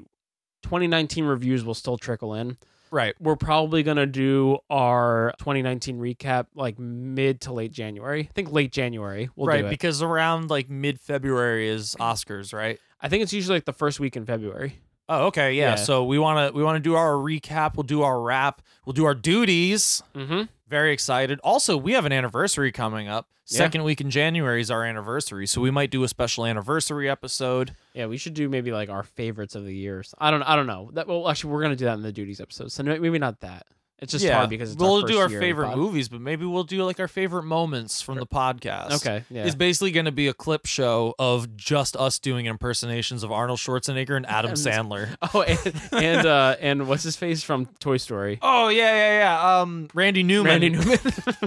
F: 2019 reviews will still trickle in.
C: Right.
F: We're probably going to do our 2019 recap like mid to late January. I think late January. We'll
C: right.
F: do it.
C: Because around like mid February is Oscars, right?
F: I think it's usually like the first week in February.
C: Oh, okay. Yeah.
F: Yeah.
C: So we wanna we wanna do our recap, we'll do our wrap, we'll do our duties.
F: Mm-hmm.
C: Very excited. Also, we have an anniversary coming up.
F: Yeah.
C: Second week in January is our anniversary. So we might do a special anniversary episode.
F: Yeah, we should do maybe like our favorites of the years. I don't. I don't know. That well, actually, we're going to do that in the duties episode. So no- maybe not that. It's just hard because it's
C: we'll
F: our
C: do
F: first
C: our
F: year of the
C: favorite
F: pod.
C: movies, but maybe we'll do like our favorite moments from the podcast.
F: Okay. Yeah.
C: It's basically going to be a clip show of just us doing impersonations of Arnold Schwarzenegger and
F: [LAUGHS]
C: Adam Sandler.
F: [LAUGHS] oh, and and, uh, and what's his face from Toy Story?
C: Oh yeah, yeah, yeah. Um, Randy Newman. [LAUGHS]
F: Randy Newman.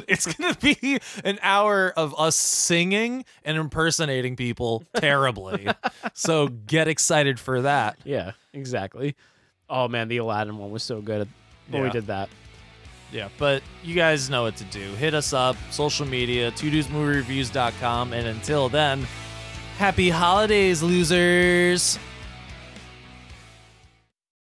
C: it's gonna be an hour of us singing and impersonating people [LAUGHS] terribly. so get excited for that.
F: Yeah, exactly. Oh man, the Aladdin one was so good when we
C: Yeah.
F: did that.
C: Yeah, but you guys know what to do. Hit us up, social media, two dudesmoviereviews.com, and until then, happy holidays, losers.